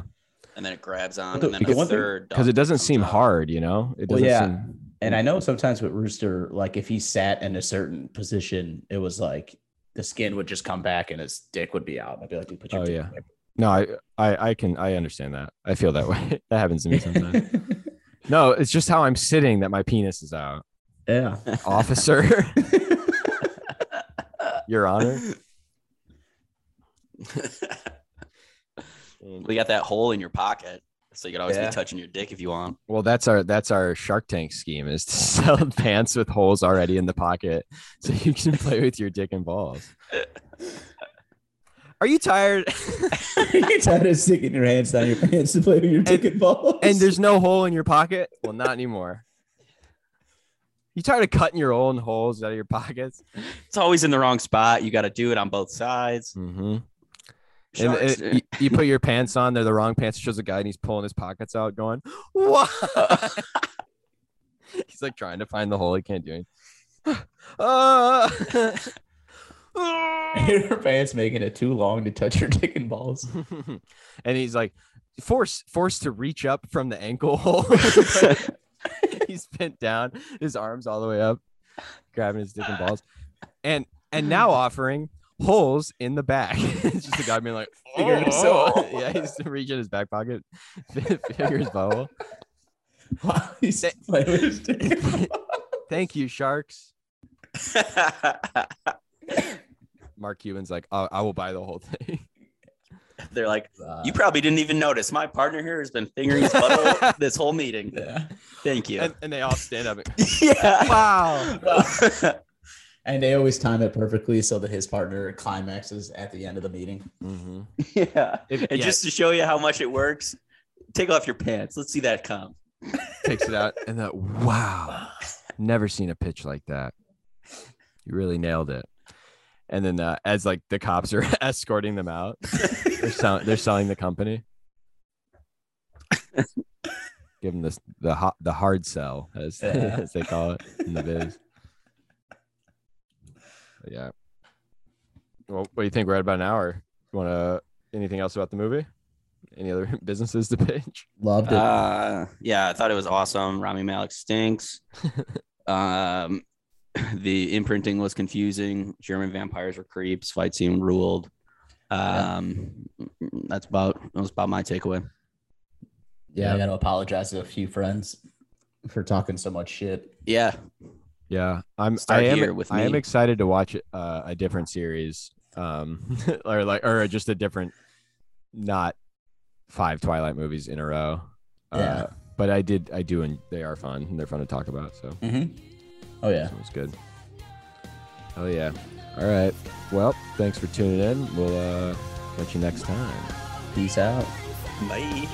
Speaker 2: and then it grabs on,
Speaker 6: the-
Speaker 2: and then
Speaker 6: the
Speaker 2: a
Speaker 6: one thing-
Speaker 2: third.
Speaker 5: because
Speaker 2: dog
Speaker 5: it doesn't
Speaker 2: comes
Speaker 5: seem
Speaker 2: out.
Speaker 5: hard you know it
Speaker 6: Well,
Speaker 5: doesn't
Speaker 6: yeah.
Speaker 5: seem
Speaker 6: And I know sometimes with Rooster, like if he sat in a certain position, it was like the skin would just come back and his dick would be out. I'd be like, dude, put your
Speaker 5: Oh,
Speaker 6: dick
Speaker 5: yeah. no I, I i can i understand that i feel that way that happens to me sometimes
Speaker 6: away."
Speaker 5: no it's just how i'm sitting that my penis is out
Speaker 6: yeah.
Speaker 5: officer your honor
Speaker 2: We got that hole in your pocket, so you could always
Speaker 8: Yeah.
Speaker 2: be touching your dick if you want.
Speaker 5: Well, that's our that's our Shark Tank scheme is to sell pants with holes already in the pocket, so you can play with your dick and balls. Are you tired?
Speaker 6: You're tired of sticking your hands down your pants to play with your dick and balls.
Speaker 5: and there's no hole in your pocket? Well, not anymore. You tired of cutting your own holes out of your pockets?
Speaker 2: It's always in the wrong spot. You got to do it on both sides.
Speaker 5: Mm-hmm. And
Speaker 9: Sharks,
Speaker 5: it- you, you put your pants on; they're the wrong pants. It shows a guy, and he's pulling his pockets out, going, "What?" he's like trying to find the hole. He can't do it. Uh,
Speaker 6: your pants making it too long to touch your dick and balls.
Speaker 5: and he's like force forced to reach up from the ankle hole he's bent down his arms all the way up grabbing his dick and balls and and now offering holes in the back it's just a guy being like
Speaker 6: Figuring us out.
Speaker 5: yeah he's reaching his back pocket fingers bubble
Speaker 6: While he's playing with his dick. and balls.
Speaker 5: thank you sharks mark cuban's like oh, i will buy the whole thing
Speaker 9: They're like, you probably didn't even notice. My partner here has been fingering his butthole this whole meeting. Thank you.
Speaker 5: and, and they all stand up and,
Speaker 9: yeah.
Speaker 5: wow
Speaker 6: And they always time it perfectly so that his partner climaxes at the end of the meeting.
Speaker 5: Mm-hmm.
Speaker 2: yeah.
Speaker 5: If,
Speaker 2: And
Speaker 5: yeah,
Speaker 2: just to show you how much it works, take off your pants. Let's see that come.
Speaker 5: takes it out and that wow never seen a pitch like that you really nailed it and then uh, as like the cops are escorting them out they're, sell- they're selling the company give them this the hot the hard sell as,
Speaker 6: Yeah.
Speaker 5: as they call it in the biz But yeah well what do you think we're at about an hour you want to anything else about the movie any other businesses to pitch
Speaker 6: Loved it.
Speaker 2: Uh, yeah, I thought it was awesome. Rami Malik stinks. um, the imprinting was confusing. German vampires were creeps. Fight scene ruled. Um, that's about that was about my takeaway.
Speaker 6: yeah, I got to apologize to a few friends for talking so much shit.
Speaker 2: Yeah,
Speaker 5: Yeah, I'm.
Speaker 2: Start
Speaker 5: I am.
Speaker 2: here with
Speaker 5: I am
Speaker 2: me.
Speaker 5: excited to watch uh, a different series, um, or like, or just a different, not five Twilight movies in a row. Uh, but I did. I do, and they are fun. And they're fun to talk about. So
Speaker 6: Oh yeah.
Speaker 5: sounds good. Oh yeah. All right. Well, thanks for tuning in. We'll uh, catch you next time.
Speaker 6: Peace out.
Speaker 2: bye.